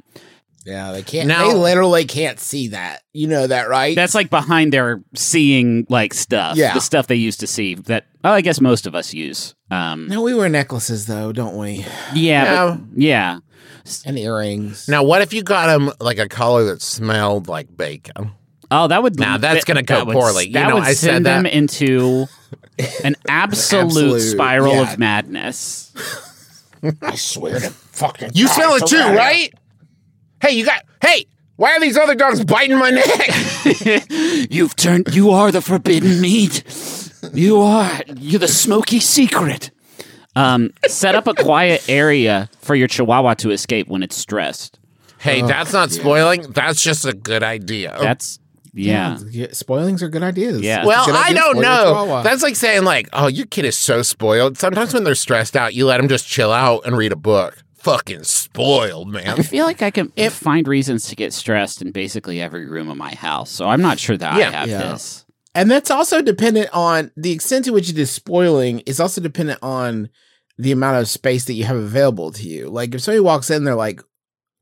Yeah, they can't. Now- they literally can't see that. You know that, right? That's like behind their seeing like stuff. Yeah. The stuff they used to see that, well, I guess most of us use. Um, no, we wear necklaces though, don't we? yeah. Yeah. but- yeah. And earrings. Now, what if you got him like a collar that smelled like bacon? Oh, that would Now, that's gonna go that would- poorly. You that know, would I said send them that. into an (laughs) absolute, Absolute, spiral yeah. of madness. I swear to fucking. You God, smell it it's too, around here. right? Hey, you got. Hey, why are these other dogs biting my neck? (laughs) You've turned. You are the forbidden meat. You are. You're the smoky secret. Um, set up a quiet area for your Chihuahua to escape when it's stressed. hey, that's not spoiling. That's just a good idea. That's yeah. Yeah, spoilings are good ideas. Yeah. well, Good I idea don't for your know. chihuahua. That's like saying, like, oh, your kid is so spoiled. Sometimes when they're stressed out, you let them just chill out and read a book. Fucking spoiled, man. (laughs) I feel like I can find reasons to get stressed in basically every room of my house, so I'm not sure that I Yeah. have Yeah. this. And that's also dependent on the extent to which it is spoiling is also dependent on the amount of space that you have available to you. Like if somebody walks in, they're like,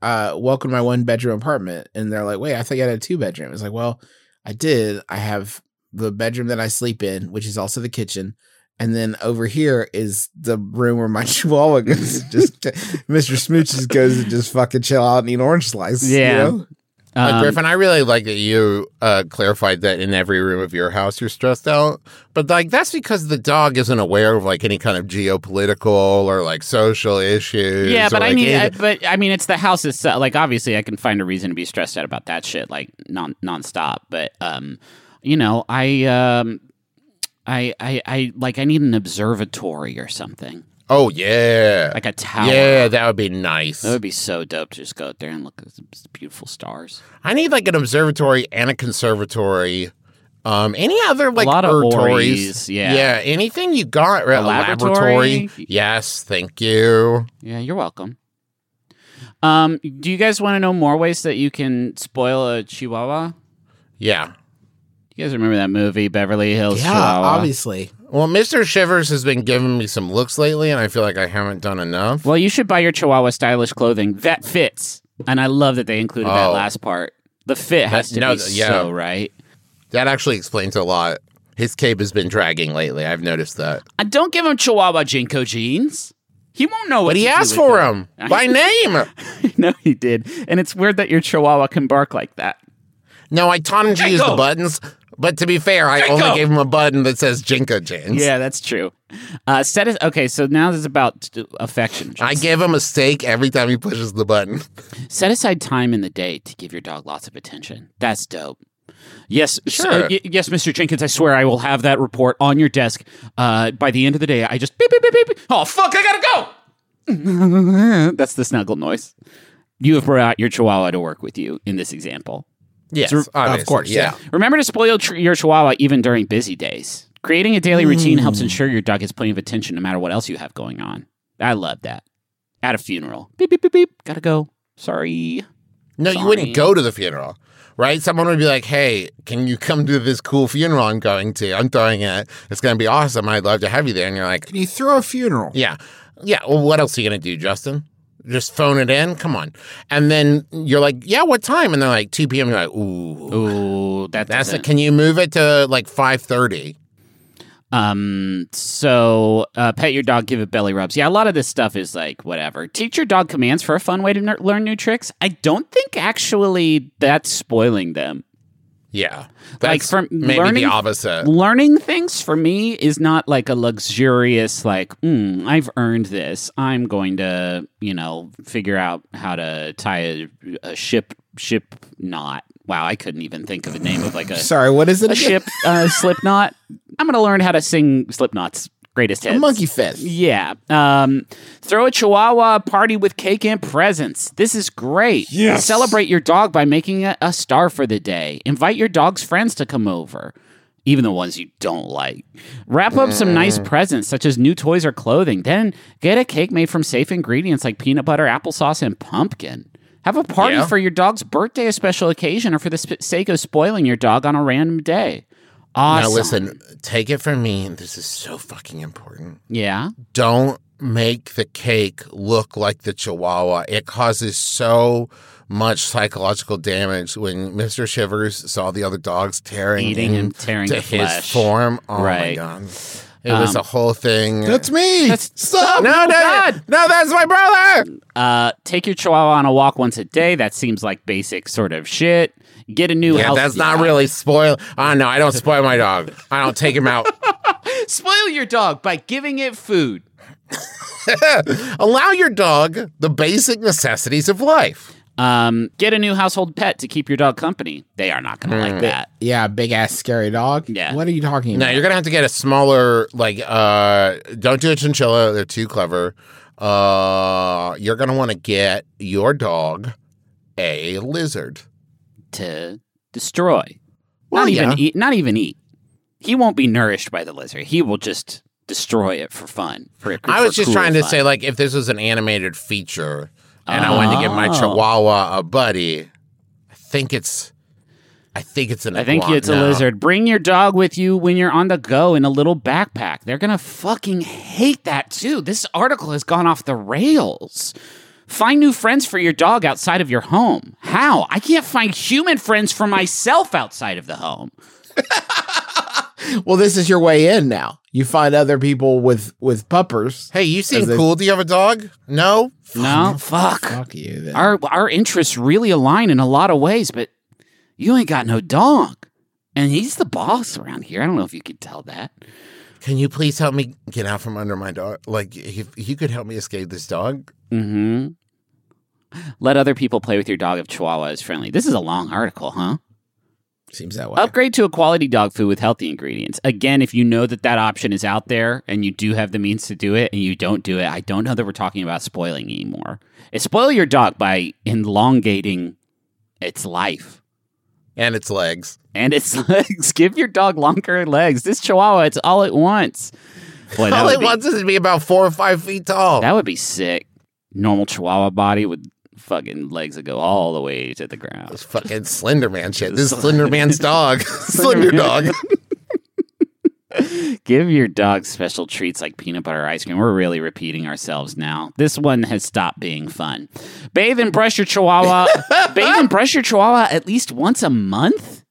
uh, welcome to my one bedroom apartment. And they're like, wait, I thought you had a two bedroom. It's like, well, I did. I have the bedroom that I sleep in, which is also the kitchen. And then over here is the room where my (laughs) chihuahua goes. and Just Mr. Smooch just goes and just fucking chill out and eat orange slice. you Yeah. know? Uh, Um, Griffin, I really like that you uh, clarified that in every room of your house you're stressed out, but like that's because the dog isn't aware of like any kind of geopolitical or like social issues. Yeah, or, but I like, mean, I, any- but I mean, it's the house itself. Like, obviously, I can find a reason to be stressed out about that shit, like non nonstop. But um, you know, I um, I I I like I need an observatory or something, oh yeah, like a tower. yeah, that would be nice. That would be so dope to just go out there and look at some beautiful stars. I need like an observatory and a conservatory. Um, any other like lot of laboratories? Ories, yeah. yeah. Anything you got? Right, A a laboratory? laboratory? Yes, thank you. Yeah, you're welcome. Um, do you guys want to know more ways that you can spoil a Chihuahua? Yeah. You guys remember that movie Beverly Hills Yeah, Chihuahua? obviously. Well, Mister Shivers has been giving me some looks lately, and I feel like I haven't done enough. Well, you should buy your Chihuahua stylish clothing that fits, and I love that they included that Oh. last part. The fit has That- to no, be th- yeah. so right. That actually explains a lot. His cape has been dragging lately. I've noticed that. I Uh, don't give him Chihuahua Jinko jeans. He won't know what. But he asked for (laughs) him by name. no, he did, and it's weird that your Chihuahua can bark (laughs) like that. No, I taught him to use the Jinko! buttons. But to be fair, I only Jinko! gave him a button that says Jinko Jins. Yeah, that's true. Uh, set is okay. So now this is about t- affection. I give him a steak every time he pushes the (laughs) button. Set aside time in the day to give your dog lots of attention. That's dope. Yes, s- uh, Sure. y- yes, Mr. Jenkins. I swear I will have that report on your desk uh, by the end of the day. I just beep beep beep beep. beep. Oh fuck! I gotta go. (laughs) That's the snuggle noise. You have brought your Chihuahua to work with you in this example. Yes, Of course, yeah. Remember to spoil tr- your Chihuahua even during busy days. Creating a daily routine helps ensure your dog gets plenty of attention no matter what else you have going on. I love that. At a funeral, beep beep beep beep. Gotta go. Sorry. No, you Sorry. wouldn't go to the funeral, right? Someone would be like, "Hey, can you come to this cool funeral I'm going to? I'm throwing it. It's going to be awesome. I'd love to have you there." And you're like, Can you throw a funeral? Yeah. Yeah. Well, what else are you going to do, Justin? Just phone it in? Come on. And then you're like, yeah, what time? And they're like, 2 p.m. You're like, ooh. Ooh, that That's doesn't- it. Can you move it to like 5.30? Um, so uh, pet your dog, give it belly rubs. Yeah, a lot of this stuff is like whatever. Teach your dog commands for a fun way to ner- learn new tricks. I don't think actually that's spoiling them. Yeah. That's Like, from maybe learning- the Uh, opposite. Learning things for me is not like a luxurious like, mm, I've earned this. I'm going to, you know, figure out how to tie a, a ship ship knot. Wow, I couldn't even think of a name of like a Sorry, what is it? a again? ship uh, Slipknot. I'm gonna learn how to sing Slipknot's greatest hits. Monkey fist. Yeah. Um, throw a chihuahua party with cake and presents. This is great. Yes. Celebrate your dog by making a, a star for the day. Invite your dog's friends to come over, even the ones you don't like. Wrap up some nice presents, such as new toys or clothing. Then get a cake made from safe ingredients like peanut butter, applesauce, and pumpkin. Have a party Yeah. for your dog's birthday, a special occasion, or for the sp- sake of spoiling your dog on a random day. Awesome. Now, listen, take it from me. and This is so fucking important. Yeah. Don't make the cake look like the chihuahua. It causes so much psychological damage when Mr. Shivers saw the other dogs tearing Eating in and tearing to the his flesh. form. Oh Right. Um, my god. It was a whole thing. That's me. That's- oh, Stop. no, no, God. no, that's my brother. Uh, take your chihuahua on a walk once a day. That seems like basic sort of shit. Get a new Yeah, health. that's not really spoil. Oh no, I don't spoil my dog. I don't take him out. (laughs) Spoil your dog by giving it food. Allow your dog the basic necessities of life. Um, get a new household pet to keep your dog company. They are not going to Hmm. like that. Yeah, big ass scary dog. Yeah. What are you talking No, about? you're gonna have to get a smaller. Like, uh, don't do a chinchilla; they're too clever. Uh, you're gonna want to get your dog a lizard. To destroy. Well, not even yeah. eat. Not even eat. He won't be nourished by the lizard. He will just destroy it for fun. For, I was for just cruel trying to fun. say, like, if this was an animated feature, and I wanted to get Oh. my chihuahua a buddy, I think it's, I think it's an. I think iguana. it's a lizard. Bring your dog with you when you're on the go in a little backpack. They're going to fucking hate that too. This article has gone off the rails. Find new friends for your dog outside of your home. How? I can't find human friends for myself outside of the home. well, this is your way in now. You find other people with with puppers. Hey, you seem As they- cool. Do you have a dog? No. No, Oh, fuck. Fuck you. Then. Our our interests really align in a lot of ways, but you ain't got no dog. And he's the boss around here. I don't know if you could tell that. Can you please help me get out from under my dog? Like, if you could help me escape this dog, hmm Let other people play with your dog if Chihuahua is friendly. This is a long article, huh? Seems that way. Upgrade to a quality dog food with healthy ingredients. Again, if you know that that option is out there and you do have the means to do it and you don't do it, I don't know that we're talking about spoiling anymore. Spoil your dog by elongating its life. and its legs. and its (laughs) legs. Give your dog longer legs. This Chihuahua, it's all at once. Boy, that, All would it be, wants is to be about four or five feet tall. that would be sick. Normal Chihuahua body with fucking legs that go all the way to the ground. Fucking Slender Man shit. This is Slender Man's (laughs) dog. Slender (laughs) Dog. Give your dog special treats like peanut butter or ice cream. We're really repeating ourselves now. This one has stopped being fun. Bathe and brush (laughs) your Chihuahua. Bathe and brush your Chihuahua at least once a month.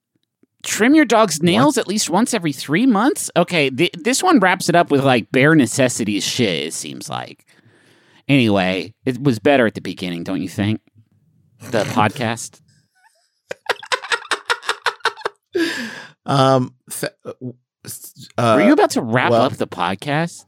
Trim your dog's nails at least once every three months. Okay, th- this one wraps it up with like bare necessities shit. It seems like. Anyway, it was better at the beginning, don't you think? (laughs) The podcast. Um, th- uh, Were you about to wrap well- up the podcast?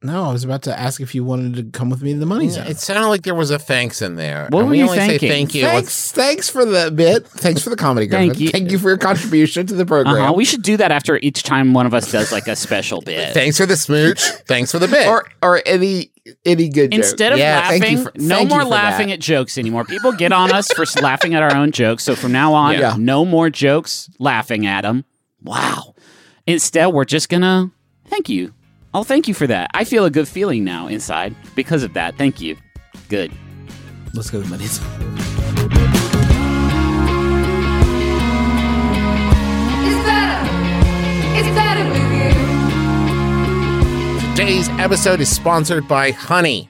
no, I was about to ask if you wanted to come with me to the money zone. It sounded like there was a thanks in there. What and were we you only say thanking? thank you. Thanks, Let's- thanks for the bit. Thanks for the comedy, Thank Griffin. Thank you. you, for your contribution to the program. Uh-huh. We should do that after each time one of us does like (laughs) a special bit. Thanks for the smooch. thanks for the bit. or or any any good joke. Instead of Yeah, thank laughing, you for- no thank you more for laughing that. at jokes anymore. People get on us for laughing at our own jokes. So from now on, Yeah. no more jokes laughing at them. Wow. Instead, we're just going to thank you. I'll thank you for that. I feel a good feeling now inside because of that. Thank you. Good. let's go to the money zone. It's better. It's better with you. Today's episode is sponsored by Honey,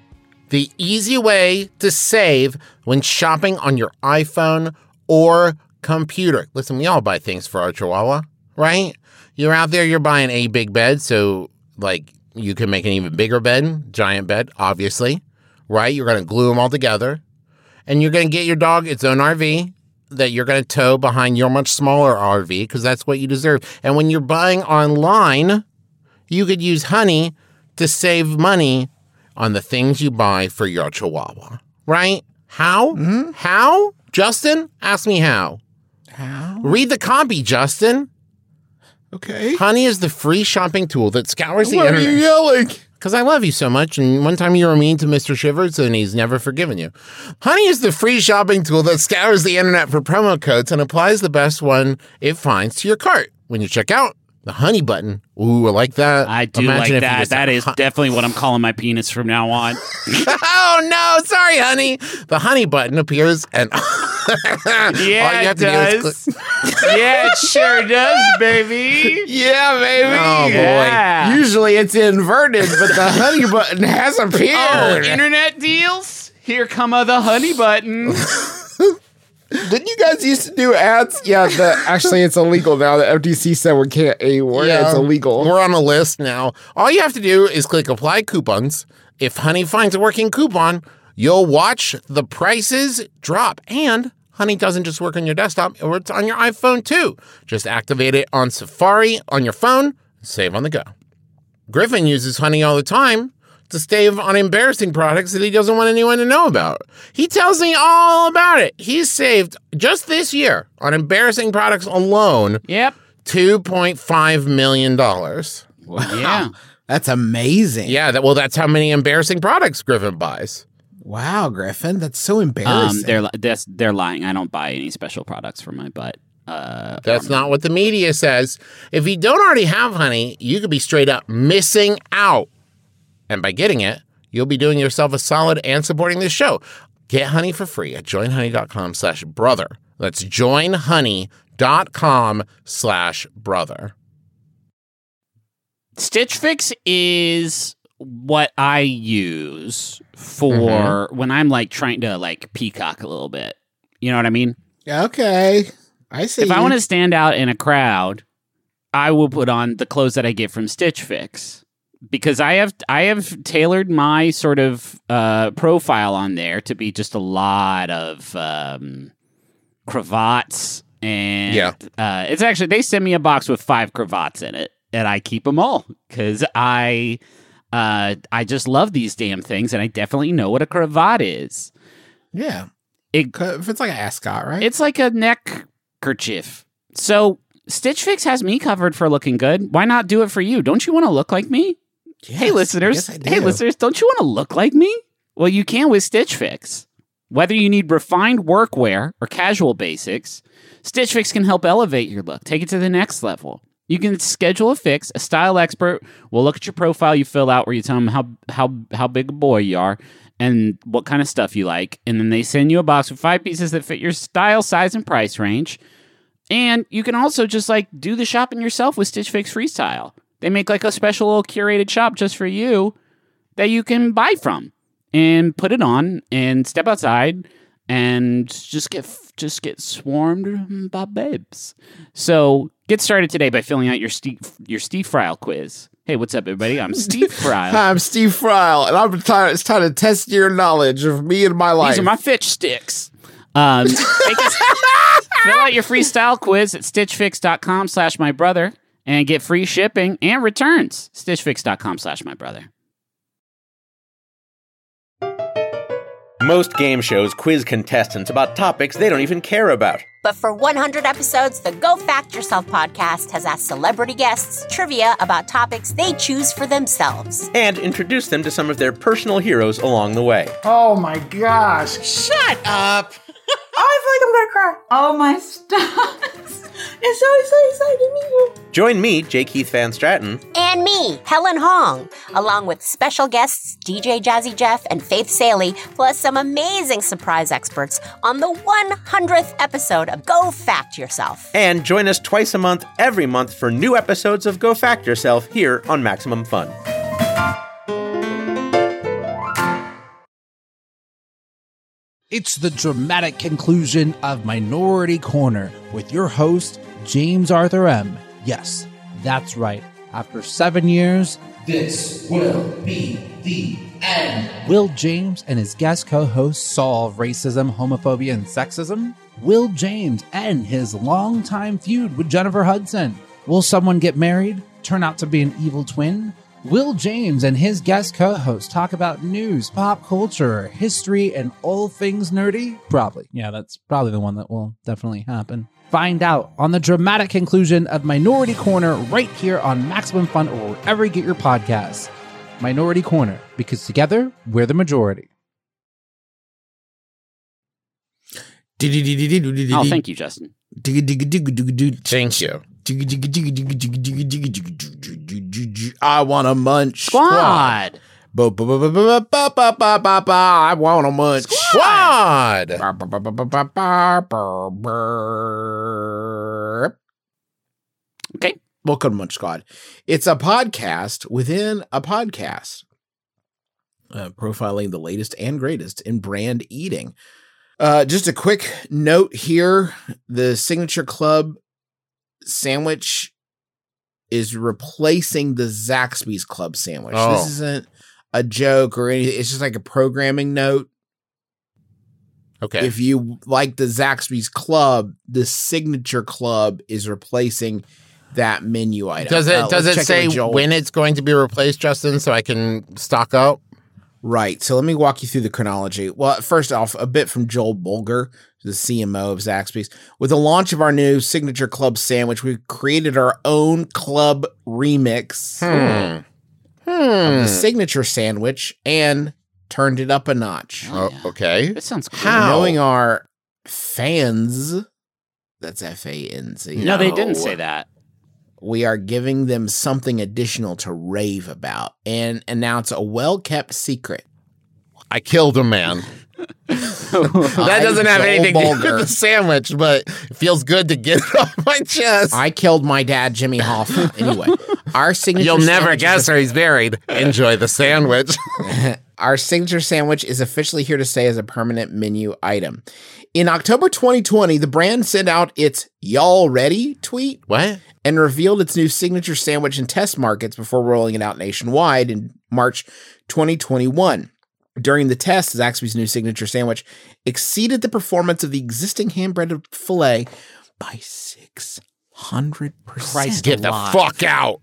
the easy way to save when shopping on your iPhone or computer. Listen, we all buy things for our chihuahua, right? You're out there, you're buying a big bed, so like you can make an even bigger bed, giant bed, obviously, right? You're going to glue them all together, and you're going to get your dog its own RV that you're going to tow behind your much smaller RV because that's what you deserve. And when you're buying online, you could use honey to save money on the things you buy for your chihuahua, right? How? How? Justin, ask me how. How? Read the copy, Justin. Okay. Honey is the free shopping tool that scours the Why are internet. you yelling? Because I love you so much, and one time you were mean to Mr. Shivers, and he's never forgiven you. Honey is the free shopping tool that scours the internet for promo codes and applies the best one it finds to your cart. When you check out, the honey button. Ooh, I like that. I do Imagine like if you that. just- That is definitely what I'm calling my penis from now on. (laughs) oh no, sorry, honey. The honey button appears, and (laughs) yeah, all you have to it do is does. click. yeah, it sure does, (laughs) baby. Yeah, baby. Oh boy. Yeah. Usually it's inverted, but (laughs) the honey button has appeared. Oh, internet deals. Here come uh, the honey button. Didn't you guys used to do ads? Yeah, the, actually it's illegal now. The FTC said we can't anymore. Yeah. It's illegal. We're on a list now. All you have to do is click apply coupons. If Honey finds a working coupon, you'll watch the prices drop. And Honey doesn't just work on your desktop, it works on your iPhone too. Just activate it on Safari on your phone, save on the go. Griffin uses Honey all the time to save on embarrassing products that he doesn't want anyone to know about. He tells me all about it. He's saved just this year on embarrassing products alone Yep. $2.5 million. Yeah. That's amazing. Yeah, that, well, that's how many embarrassing products Griffin buys. Wow, Griffin. That's so embarrassing. Um, they're li- that's, they're lying. I don't buy any special products for my butt. Uh, That's not what the media says. If you don't already have honey, you could be straight up missing out. And by getting it, you'll be doing yourself a solid and supporting this show. Get honey for free at joinhoney.com slash brother. That's joinhoney.com slash brother. Stitch Fix is what I use for when I'm like trying to like peacock a little bit. You know what I mean? okay. I see. If I want to stand out in a crowd, I will put on the clothes that I get from Stitch Fix because I have I have tailored my sort of uh, profile on there to be just a lot of um, cravats and Yeah. uh, it's actually they send me a box with five cravats in it and I keep them all because I uh, I just love these damn things and I definitely know what a cravat is. Yeah. It- if it's like an ascot, right? It's like a neck kerchief. So Stitch Fix has me covered for looking good. Why not do it for you? Don't you want to look like me? hey Yes, listeners, yes, I hey do. listeners, don't you want to look like me? Well, you can with Stitch Fix. Whether you need refined workwear or casual basics, Stitch Fix can help elevate your look, take it to the next level. You can schedule a fix. A style expert will look at your profile you fill out where you tell them how, how, how big a boy you are and what kind of stuff you like. And then they send you a box with five pieces that fit your style, size, and price range. And you can also just like do the shopping yourself with Stitch Fix Freestyle. They make like a special little curated shop just for you that you can buy from and put it on and step outside and just get just get swarmed by babes. So get started today by filling out your Steve your Steve Fryle quiz. Hey, what's up, everybody? I'm Steve Fryle. Hi, I'm Steve Fryle, and I'm tired. It's time to test your knowledge of me and my life. These are my fitch sticks. Um, take us- fill out your freestyle quiz at stitchfix.com slash my brother and get free shipping and returns. Stitchfix.com slash my brother. Most game shows quiz contestants about topics they don't even care about. But for 100 episodes, the Go Fact Yourself podcast has asked celebrity guests trivia about topics they choose for themselves. and introduce them to some of their personal heroes along the way. Oh my gosh. Shut up. Oh, I feel like I'm gonna cry. Oh my stocks. (laughs) It's so exciting, exciting to meet you. Join me, J. Keith Van Stratton, And me, Helen Hong, along with special guests DJ Jazzy Jeff and Faith Saley, plus some amazing surprise experts on the 100th episode of Go Fact Yourself. and join us twice a month every month for new episodes of Go Fact Yourself here on Maximum Fun. It's the dramatic conclusion of Minority Corner with your host, James Arthur M. Yes, that's right. After seven years, this will be the end. Will James and his guest co hosts solve racism, homophobia, and sexism? Will James end his longtime feud with Jennifer Hudson? Will someone get married, turn out to be an evil twin? Will James and his guest co host talk about news, pop culture, history, and all things nerdy? Probably. Yeah, that's probably the one that will definitely happen. Find out on the dramatic conclusion of Minority Corner right here on Maximum Fun or wherever you get your podcasts. Minority Corner, because together we're the majority. Oh, thank you, Justin. Thank you. I want a munch. Squad. Ba- ba- ba- ba- ba- ba- ba- ba- ba- ba. I want a munch. Squad. Ba- ba- ba- ba- ba- ba- ba- ba- ba- Okay. Welcome to Munch Squad. It's a podcast within a podcast, uh, profiling the latest and greatest in brand eating. Uh, just a quick note here the Signature Club sandwich is replacing the Zaxby's Club sandwich. Oh. This isn't a joke or anything, it's just like a programming note Okay. if you like the Zaxby's Club, the signature club is replacing that menu item. does Uh, it let's does it check in say with Joel. when it's going to be replaced, Justin, so I can stock up? Right. So let me walk you through the chronology. Well, first off, a bit from Joel Bulger, the CMO of Zaxby's. With the launch of our new signature club sandwich, we created our own club remix Hmm. of the signature sandwich and turned it up a notch. Oh, okay. That sounds cool. How? Knowing our fans, that's F A N Z. No, they No. didn't say that. we are giving them something additional to rave about and announce a well kept secret. I killed (laughs) a man. that I'm doesn't have Joel anything to do Bulger. with the sandwich, but it feels good to get it (laughs) off my chest. I killed my dad, Jimmy Hoffa. (laughs) Anyway, our signature You'll never sandwich is guess where he's buried. Enjoy (laughs) the sandwich. Our signature sandwich is officially here to stay as a permanent menu item. In October 2020, the brand sent out its Y'all Ready tweet what? and revealed its new signature sandwich in test markets before rolling it out nationwide in March 2021. During the test, Zaxby's new signature sandwich exceeded the performance of the existing hand breaded filet by 600%. Christ. Get the Alive. fuck out.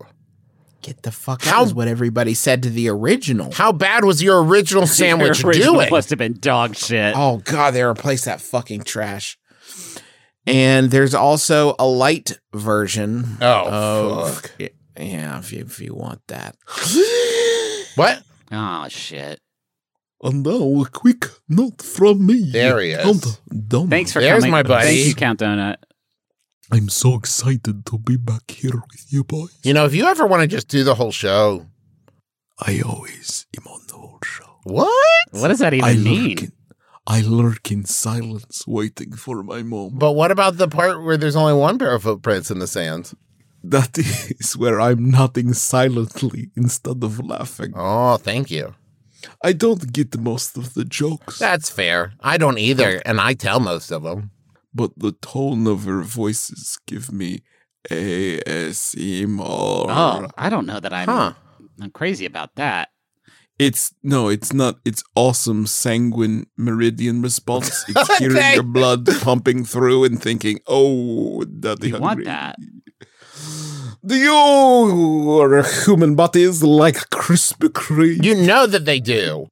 Get the fuck How- out is what everybody said to the original. How bad was your original sandwich Your original doing? must have been dog shit. Oh god, they replaced that fucking trash. And there's also a light version. Oh, of- Yeah, if you, if you want that. What? Oh shit. And Uh, now a quick note from me. There he is. Count Donut. Thanks for There's coming. my buddy. Thank you, Count Donut. I'm so excited to be back here with you boys. You know, if you ever want to just do the whole show, I always am on the whole show. what? What does that even I mean? lurk, in, I lurk in silence, waiting for my moment. But what about the part where there's only one pair of footprints in the sand? That is where I'm nodding silently instead of laughing. Oh, thank you. I don't get most of the jokes, That's fair. I don't either, and I tell most of them. but the tone of your voices give me ASMR. Oh, I don't know that I'm. Huh. I'm crazy about that. It's no, it's not. It's awesome sanguine meridian response. It's hearing Okay. your blood pumping through and thinking, "Oh, daddy, You want hungry." that? Do your human bodies like Krispy Kreme? You know that they do.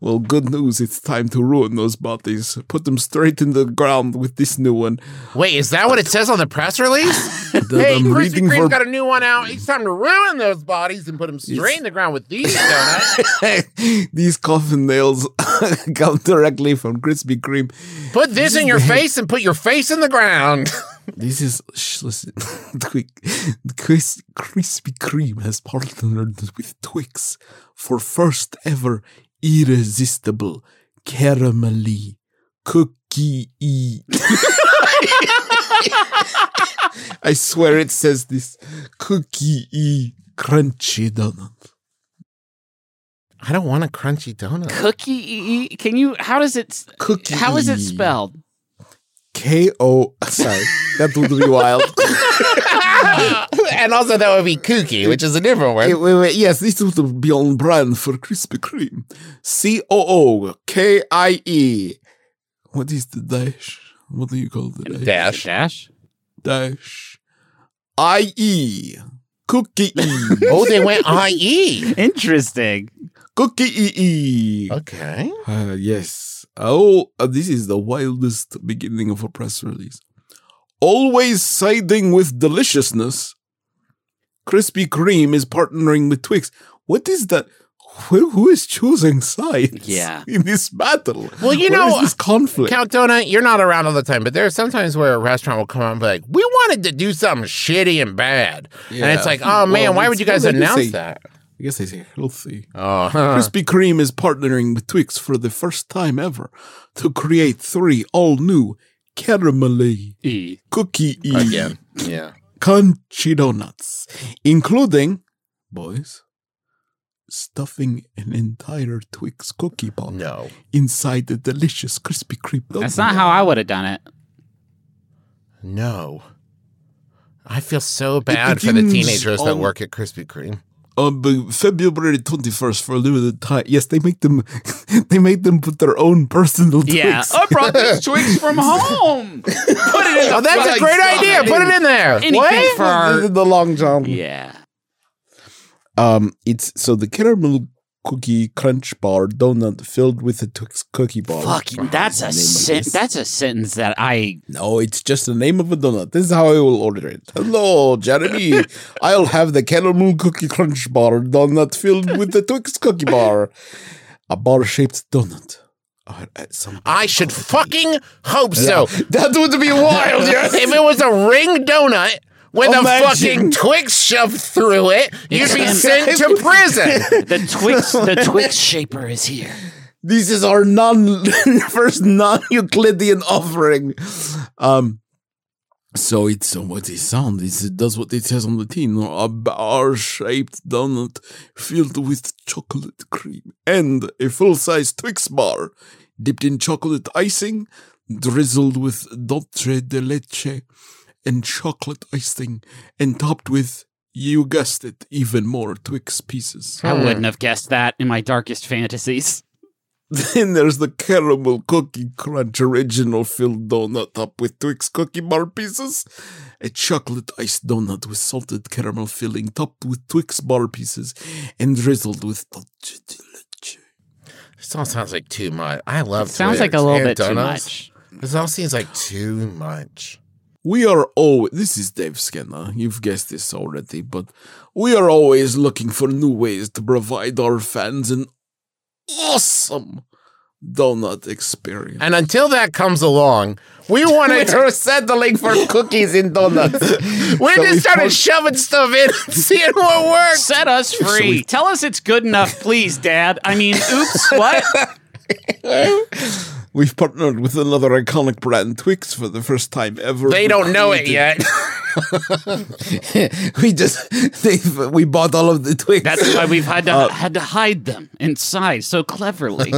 Well, good news. It's time to ruin those bodies. Put them straight in the ground with this new one. (laughs) Wait, is that what it says on the press (laughs) release? that hey, I'm Krispy reading Kreme's for. got a new one out. It's time to ruin those bodies and put them straight in the ground with these (laughs) donuts. These coffin nails (laughs) come directly from Krispy Kreme. Put this in your face and put your face in the ground. This is shh, listen. (laughs) Quick, Kris, Krispy Kreme has partnered with Twix for first ever irresistible caramelly cookie. (laughs) I swear it says this cookie crunchy donut. (laughs) I don't want a crunchy donut. Cookie? Can you? How does it? s- Cookie. How is it spelled? K O. (laughs) Sorry, that would be wild. (laughs) and also that would be kooky, which is a different Hey, word. wait, wait, yes, this would be on brand for Krispy Kreme. C O O K I E. What is the dash? What do you call the (laughs) (laughs) dash? Dash. Dash. Dash. I E. Cookie (laughs) E. Oh, they went E. IE. Interesting. Cookie E E. Okay. Uh, yes. Oh, uh, this is the wildest beginning of a press release. Always siding with deliciousness. Krispy Kreme is partnering with Twix. What is that? Who, who is choosing sides? Yeah. In this battle. Well, you Where is know, this conflict. Count Donut, you're not around all the time, but there are sometimes where a restaurant will come out and be like, we wanted to do something shitty and bad. And it's like, oh Well, man, why would it's- you guys well, they do announce say- that? I guess they say healthy. Oh, Krispy Kreme is partnering with Twix for the first time ever to create three all new caramelly E. cookie again. Yeah. crunchy donuts, including, boys, stuffing an entire Twix cookie pop No. inside the delicious Krispy Kreme donut. That's not how I would have done it. No. I feel so bad for the begins teenagers that on- work at Krispy Kreme. On the February twenty first for a limited time. Yes, they make them. (laughs) they make them put their own personal Yeah. Twix. I brought these Twix from home. Put it in the Oh, that's a fucking great side. idea. Put it in there. Anything for (laughs) our. the long john. Yeah. Um, it's so the caramel cookie crunch bar donut filled with a Twix cookie bar. Fucking. That's a sen- That's a sentence that I. No, Oh, it's just the name of a donut. This is how I will order it. Hello, Jeremy. I'll have the caramel cookie crunch bar donut filled with the Twix cookie bar. (laughs) A bar shaped donut. Or, uh, some- I should fucking hope (laughs) so. that would be wild, yes. if it was a ring donut with a Imagine. fucking Twix shoved through it, you'd be sent (laughs) to prison. The Twix. (laughs) the Twix shaper is here. This is our non (laughs) first non Euclidean offering. Um, so it's uh, what it sounds. It's, it does what it says on the tin: a bar-shaped donut filled with chocolate cream and a full-size Twix bar dipped in chocolate icing, drizzled with dulce de leche and chocolate icing, and topped with. You guessed it, even more Twix pieces. I wouldn't have guessed that in my darkest fantasies. (laughs) Then there's the caramel cookie crunch original filled donut up with Twix cookie bar pieces, a chocolate iced donut with salted caramel filling topped with Twix bar pieces and drizzled with dulce de leche. This all sounds like too much. I love Sounds like Twix a little and bit too donuts. much. This all seems like too much. We are always this is Dave Scanner. You've guessed this already, but we are always looking for new ways to provide our fans an awesome donut experience. And until that comes along, we wanted to set the link for cookies and (laughs) donuts. We're So we just started put- shoving stuff in and seeing what works. Set us free. Tell us it's good enough, please, Dad. I mean, (laughs) oops, what? We've partnered with another iconic brand, Twix, for the first time ever. They don't know it (laughs) yet. we just (laughs) they, we bought all of the twigs. That's why we've had to had to hide them inside so (laughs) cleverly.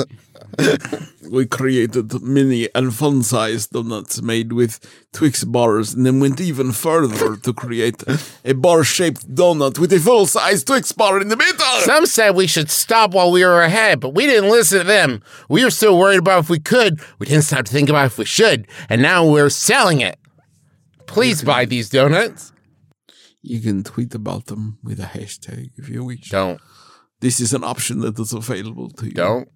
We created mini and fun sized donuts made with Twix bars and then went even further to create a bar shaped donut with a full size Twix bar in the middle. Some said we should stop while we were ahead, but we didn't listen to them. We were still worried about if we could. We didn't stop to think about if we should. And now we're selling it. Please buy these donuts. You can tweet about them with a hashtag if you wish. Don't. This is an option that is available to you. Don't.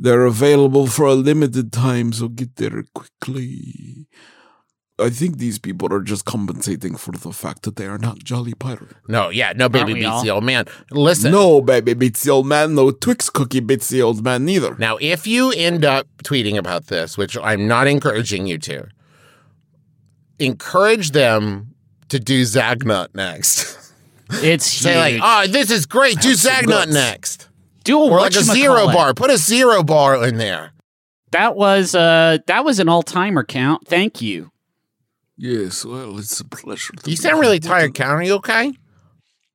They're available for a limited time, so get there quickly. I think these people are just compensating for the fact that they are not Jolly Pirate. No, yeah, no baby we beats all? the old man. Listen. No baby beats the old man, no Twix cookie beats the old man neither. Now, if you end up tweeting about this, which I'm not encouraging you to, encourage them to do Zagnut next. (laughs) It's huge. Say like, oh, this is great. Do Zagnut next. do a Or like a zero whatchamacallit. bar. Put a zero bar in there. That was uh that was an all timer count. Thank you. Yes, well, it's a pleasure. To You sound be really here. tired, Connor. You okay?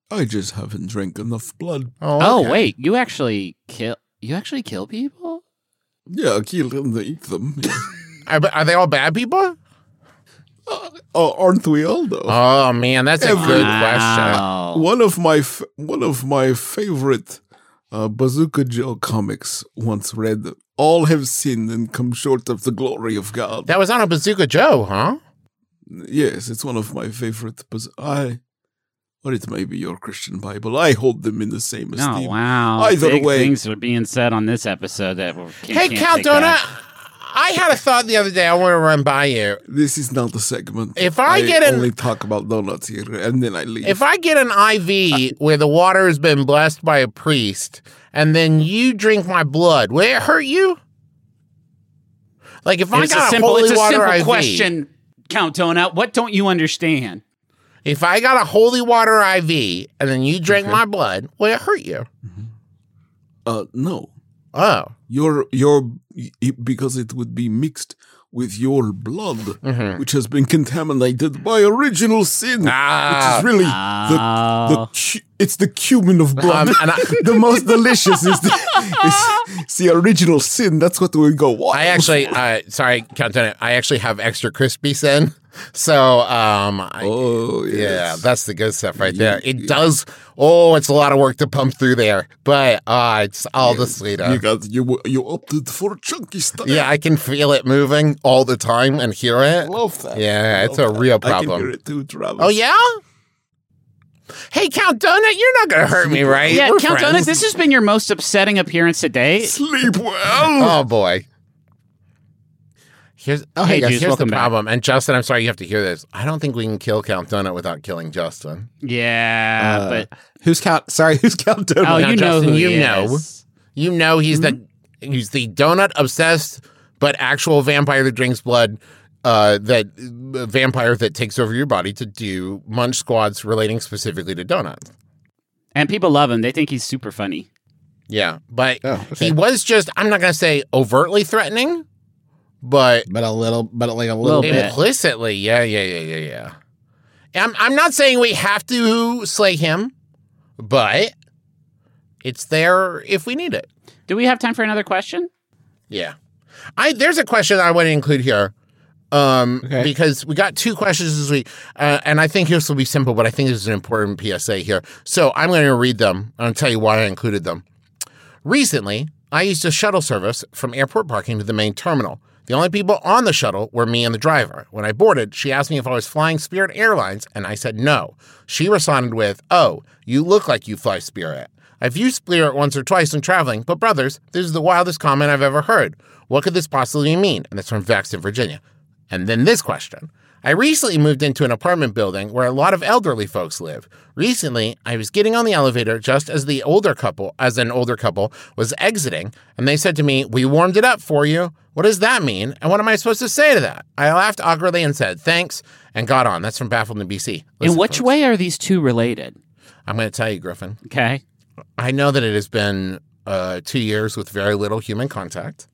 I just haven't drank enough blood. Oh okay. wait, you actually kill you actually kill people? Yeah, I kill them, they eat them. (laughs) Are, are they all bad people? oh, aren't we all though? Oh man, that's a good question. Wow. One of my f- one of my favorite uh, Bazooka Joe comics once read, "All have sinned and come short of the glory of God." That was on a Bazooka Joe, huh? yes, it's one of my favorite. Baz- I, or it may be your Christian Bible. I hold them in the same Oh esteem. wow! Either Big way- things are being said on this episode that we can't, Hey, can't Cal take Donut, back. I had a thought the other day. I want to run by you. This is not the segment. If I get an- only talk about donuts here, and then I leave. If I get an IV where the water has been blessed by a priest, and then you drink my blood, will it hurt you? Like if it's I got a a, simple, holy it's a water simple IV, question, Count Donut. What don't you understand? if I got a holy water IV and then you drink my blood, will it hurt you? uh, no, Oh, your your it- because it would be mixed with your blood, Mm-hmm. which has been contaminated by original sin, Ah. which is really the, the Oh. cu- it's the cumin of blood. Um, and (laughs) I- the most delicious (laughs) is the, is, is the original sin. That's what we go. Wild. I actually, uh, sorry, Count Donut, I actually have extra crispy sin. So, um, I, oh yeah, yes. that's the good stuff right there. It does, oh, it's a lot of work to pump through there, but uh, it's all the sweeter. you got you you opted for chunky stuff. Yeah, I can feel it moving all the time and hear it. love that. Yeah, I it's love a real that. I can problem. hear it too, Travis. Oh yeah. Hey, Count Donut, you're not gonna hurt me, right? Yeah, We're Count Donut, friends. this has been your most upsetting appearance today. Sleep well. Oh boy. Here's oh hey, Hey, guys, Juice, here's the welcome back. problem. And Justin, I'm sorry you have to hear this. I don't think we can kill Count Donut without killing Justin. Yeah, Uh, but Who's count? Sorry, who's (laughs) count? Donut? oh, now, you know Justin, who you he know. is. You know he's the he's the donut obsessed but actual vampire that drinks blood. Uh, that uh, vampire that takes over your body to do munch squads relating specifically to donuts. and people love him. They think he's super funny. Yeah, but Oh, okay. he was just I'm not going to say overtly threatening, but but a little, but like a little. Little bit. implicitly, yeah, yeah, yeah, yeah, yeah. I'm I'm not saying we have to slay him, but it's there if we need it. Do we have time for another question? Yeah. I there's a question I want to include here. Um, Okay. because we got two questions this week, uh, and I think yours will be simple, but I think this is an important PSA here. So I'm going to read them and I'll tell you why I included them. Recently, I used a shuttle service from airport parking to the main terminal. The only people on the shuttle were me and the driver. When I boarded, she asked me if I was flying Spirit Airlines, and I said no. She responded with, Oh, you look like you fly Spirit. I've used Spirit once or twice when traveling, but brothers, this is the wildest comment I've ever heard. What could this possibly mean? And that's from Vexton, Virginia. And then this question I recently moved into an apartment building where a lot of elderly folks live. Recently, I was getting on the elevator just as the older couple, as an older couple, was exiting, and they said to me, "We warmed it up for you." What does that mean? And what am I supposed to say to that? I laughed awkwardly and said, "Thanks," and got on. That's from Baffled in BC. In which way are these two related? I'm going to tell you, Griffin. Okay. I know that it has been uh, two years with very little human contact.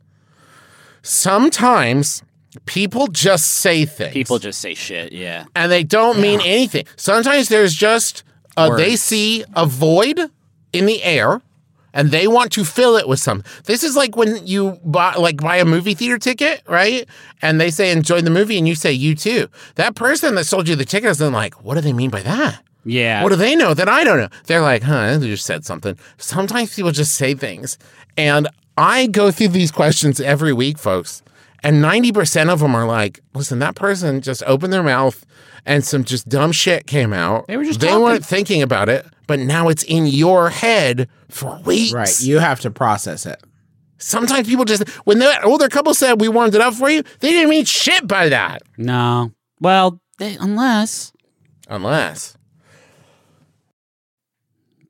Sometimes people just say things. People just say shit, yeah. and they don't mean anything. Sometimes there's just uh, they Words. see a void in the air and they want to fill it with something. This is like when you buy like buy a movie theater ticket, right? And they say enjoy the movie and you say you too. That person that sold you the ticket isn't like, what do they mean by that? Yeah. What do they know that I don't know? They're like, huh, they just said something. Sometimes people just say things. And I go through these questions every week, folks. And 90% of them are like, listen, that person just opened their mouth and some just dumb shit came out. They were just They weren't thinking about it, but now it's in your head for weeks. Right. You have to process it. Sometimes people just, when that older couple said, we warmed it up for you, they didn't mean shit by that. No. Well, they, unless Unless.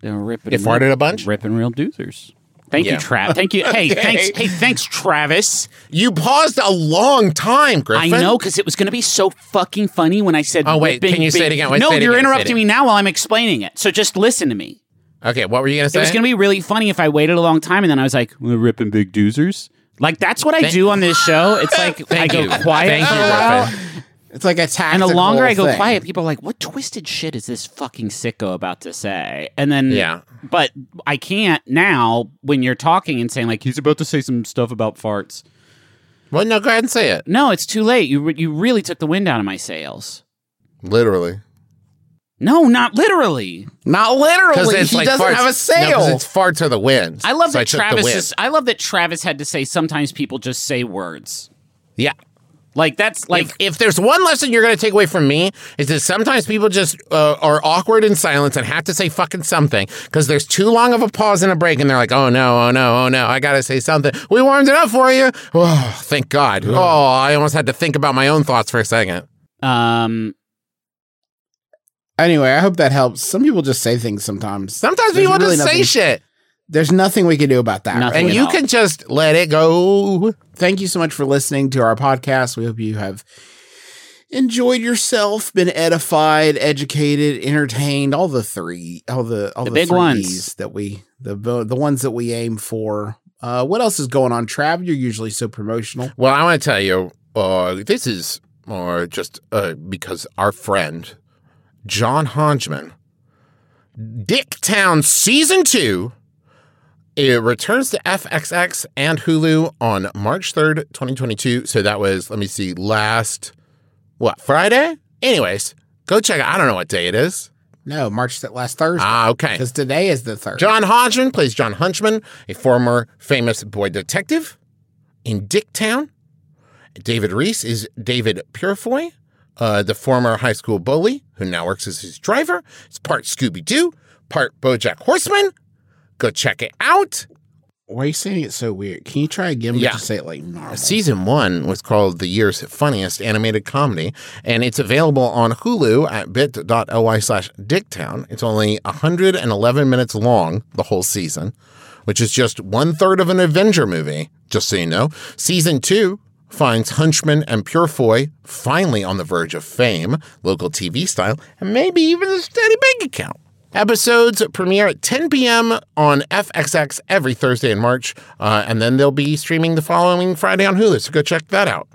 they're ripping. They farted a bunch? Ripping real doozers. Thank Yeah. you, Trav. Thank (laughs) you. Hey, Okay. thanks. Hey, thanks, Travis. You paused a long time, Griffin. I know because it was going to be so fucking funny when I said. Oh, wait, ripping can you say it big- again? Wait, no, say it you're again, say it interrupting me now while I'm explaining it. So just listen to me. Okay, what were you going to say? It was going to be really funny if I waited a long time and then I was like, "We're ripping big doozers." Like that's what I Thank- do on this show. It's like I Thank go you. quiet Thank for a you, while, Griffin. It's like a tactical and the longer I go thing. quiet, people are like, "What twisted shit is this fucking sicko about to say?" And then, Yeah. but I can't now when you're talking and saying like he's about to say some stuff about farts. Well, no, go ahead and say it. No, it's too late. You re- you really took the wind out of my sails. Literally. No, not literally. Not literally. He doesn't have a No, sale. 'cause it's farts are the wind. I love So that took the Travis. wind. Is, I love that Travis had to say sometimes people just say words. Yeah. Like that's like Like, if there's one lesson you're going to take away from me, is that sometimes people just uh, are awkward in silence and have to say fucking something because there's too long of a pause and a break, and they're like, oh no, oh no, oh no, I got to say something. We warmed it up for you. Oh, thank God. Oh, I almost had to think about my own thoughts for a second. um Anyway, I hope that helps. Some people just say things sometimes. Sometimes There's we want really to say nothing- shit, There's nothing we can do about that. Nothing. and at you all. can just let it go. Thank you so much for listening to our podcast. We hope you have enjoyed yourself, been edified, educated, entertained, all the three, all the all The the, big three ones. Ds that we the the ones that we aim for. Uh, what else is going on, Trav? You're usually so promotional. Well, I want to tell you, uh, this is uh, just uh, because our friend, John Hodgman, Dicktown Season 2, it returns to FXX and Hulu on March 3rd, 2022. So that was, let me see, last, what, Friday? Anyways, go check it. I don't know what day it is. No, March that last Thursday Ah, okay. because today is the third. John Hodgman plays John Hunchman, a former famous boy detective in Dicktown. David Reese is David Purefoy, uh, the former high school bully who now works as his driver. It's part Scooby Doo, part Bojack Horseman. Go check it out. Why are you saying it so weird? Can you try again? But Yeah. just say it like normal. Season one was called the year's funniest animated comedy, and it's available on Hulu at bit.ly slash dicktown. It's only 111 minutes long, the whole season, which is just one third of an Avenger movie, just so you know. Season two finds Hunchman and Purefoy finally on the verge of fame, local TV style, and maybe even a steady bank account. Episodes premiere at 10 p.m. on FXX every Thursday in March, uh, and then they'll be streaming the following Friday on Hulu. So go check that out.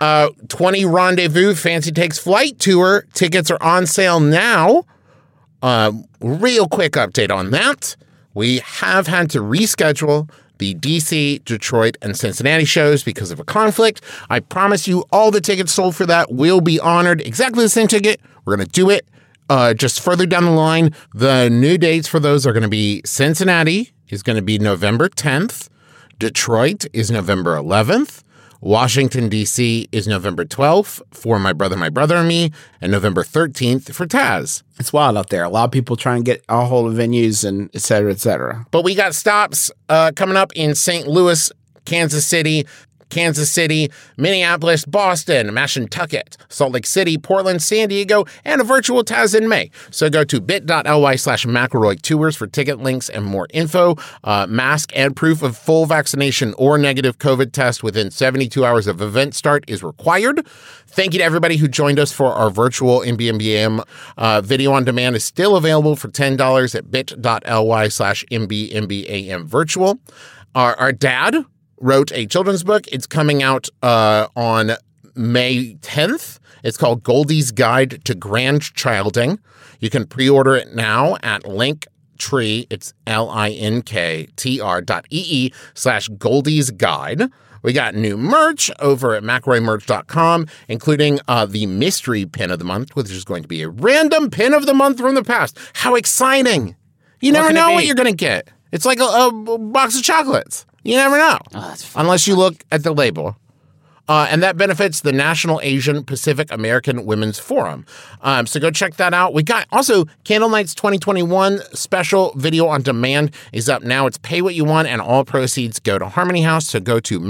Uh, 20 Rendezvous Fancy Takes Flight Tour tickets are on sale now. Um, real quick update on that. We have had to reschedule the DC, Detroit, and Cincinnati shows because of a conflict. I promise you, all the tickets sold for that will be honored. Exactly the same ticket. We're going to do it. Uh, just further down the line, the new dates for those are going to be Cincinnati is going to be November 10th, Detroit is November 11th. Washington, D.C. is November 12th for My Brother, My Brother and Me, and November 13th for Taz. It's wild out there. A lot of people try and get a hold of venues and et cetera, et cetera. But we got stops uh, coming up in St. Louis, Kansas City, Kansas City, Minneapolis, Boston, Mashantucket, Salt Lake City, Portland, San Diego, and a virtual Taz in May. So go to bit.ly slash McElroy Tours for ticket links and more info. Uh, mask and proof of full vaccination or negative COVID test within 72 hours of event start is required. Thank you to everybody who joined us for our virtual MBMBM. Uh, video on demand is still available for $10 at bit.ly slash MBMBAM virtual. Our, our dad wrote a children's book. It's coming out uh, on May 10th. It's called Goldie's Guide to Grandchilding. You can pre order it now at link tree. It's L I N K T R dot E E slash Goldie's Guide. We got new merch over at macroymerch.com, including uh, the mystery pin of the month, which is going to be a random pin of the month from the past. How exciting! You What never can it know what be? you're going to get. It's like a, a box of chocolates. You never know. Oh, Unless you look at the label. Uh, and that benefits the National Asian Pacific American Women's Forum. Um, so go check that out. We got also Candle Nights 2021 special video on demand is up now. It's pay what you want, and all proceeds go to Harmony House. So go to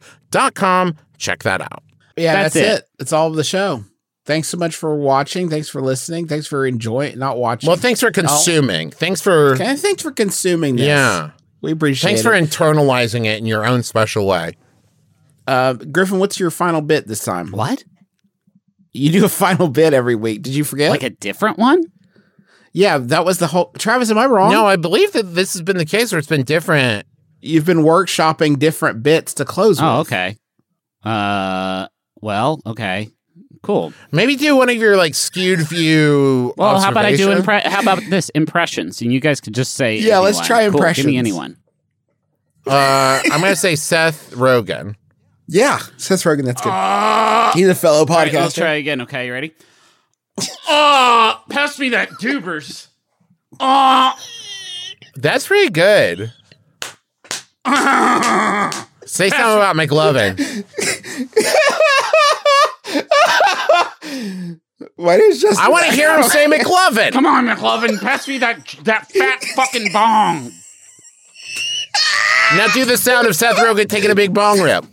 macroymerch.com. Check that out. Yeah, That's that's, it. it. It's all of the show. Thanks so much for watching. Thanks for listening. Thanks for enjoying, not watching. Well, thanks for consuming. Thanks for. Oh. Okay, thanks for consuming this. Yeah. We appreciate Thanks it. for internalizing it in your own special way. Uh, Griffin, what's your final bit this time? What? You do a final bit every week. Did you forget? Like a different one? yeah, that was the whole. Travis, am I wrong? No, I believe that this has been the case where it's been different. You've been workshopping different bits to close Oh, with. okay. Uh, well, okay, cool. Maybe do one of your like skewed view. Well, how about I do observation. impre- How about this impressions? And you guys could just say, Yeah, let's anyone. try Cool, give impressions. me anyone. Uh, I'm going to (laughs) say Seth Rogen. Yeah, Seth Rogen, that's good. He's a fellow Ah. All right, let's podcaster. try again. Okay, you ready? (laughs) Ah, pass me that dubers. Ah, That's pretty good. Say something about McLovin. Why does Justin? I want to hear him say McLovin. come on, McLovin, pass me that that fat fucking bong. Now do the sound of Seth Rogen taking a big bong rip.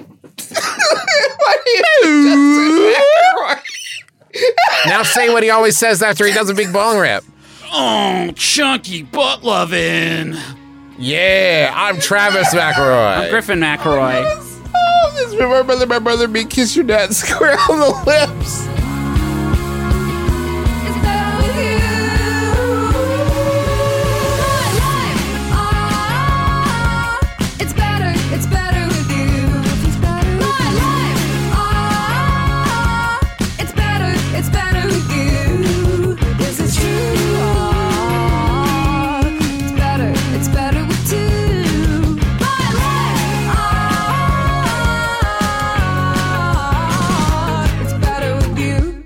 now say what he always says after he does a big bong rip. Oh, chunky butt lovin. Yeah, I'm Travis McElroy. Griffin McElroy. Oh, this is my brother, my brother, me kiss your (laughs) dad square on the lips. It's better with you. My life, ah, it's better, it's better with you. It's better. My life, ah, it's better, it's better with you. ah, This is true. Ah, it's better, it's better with two. My life, ah, it's better with you.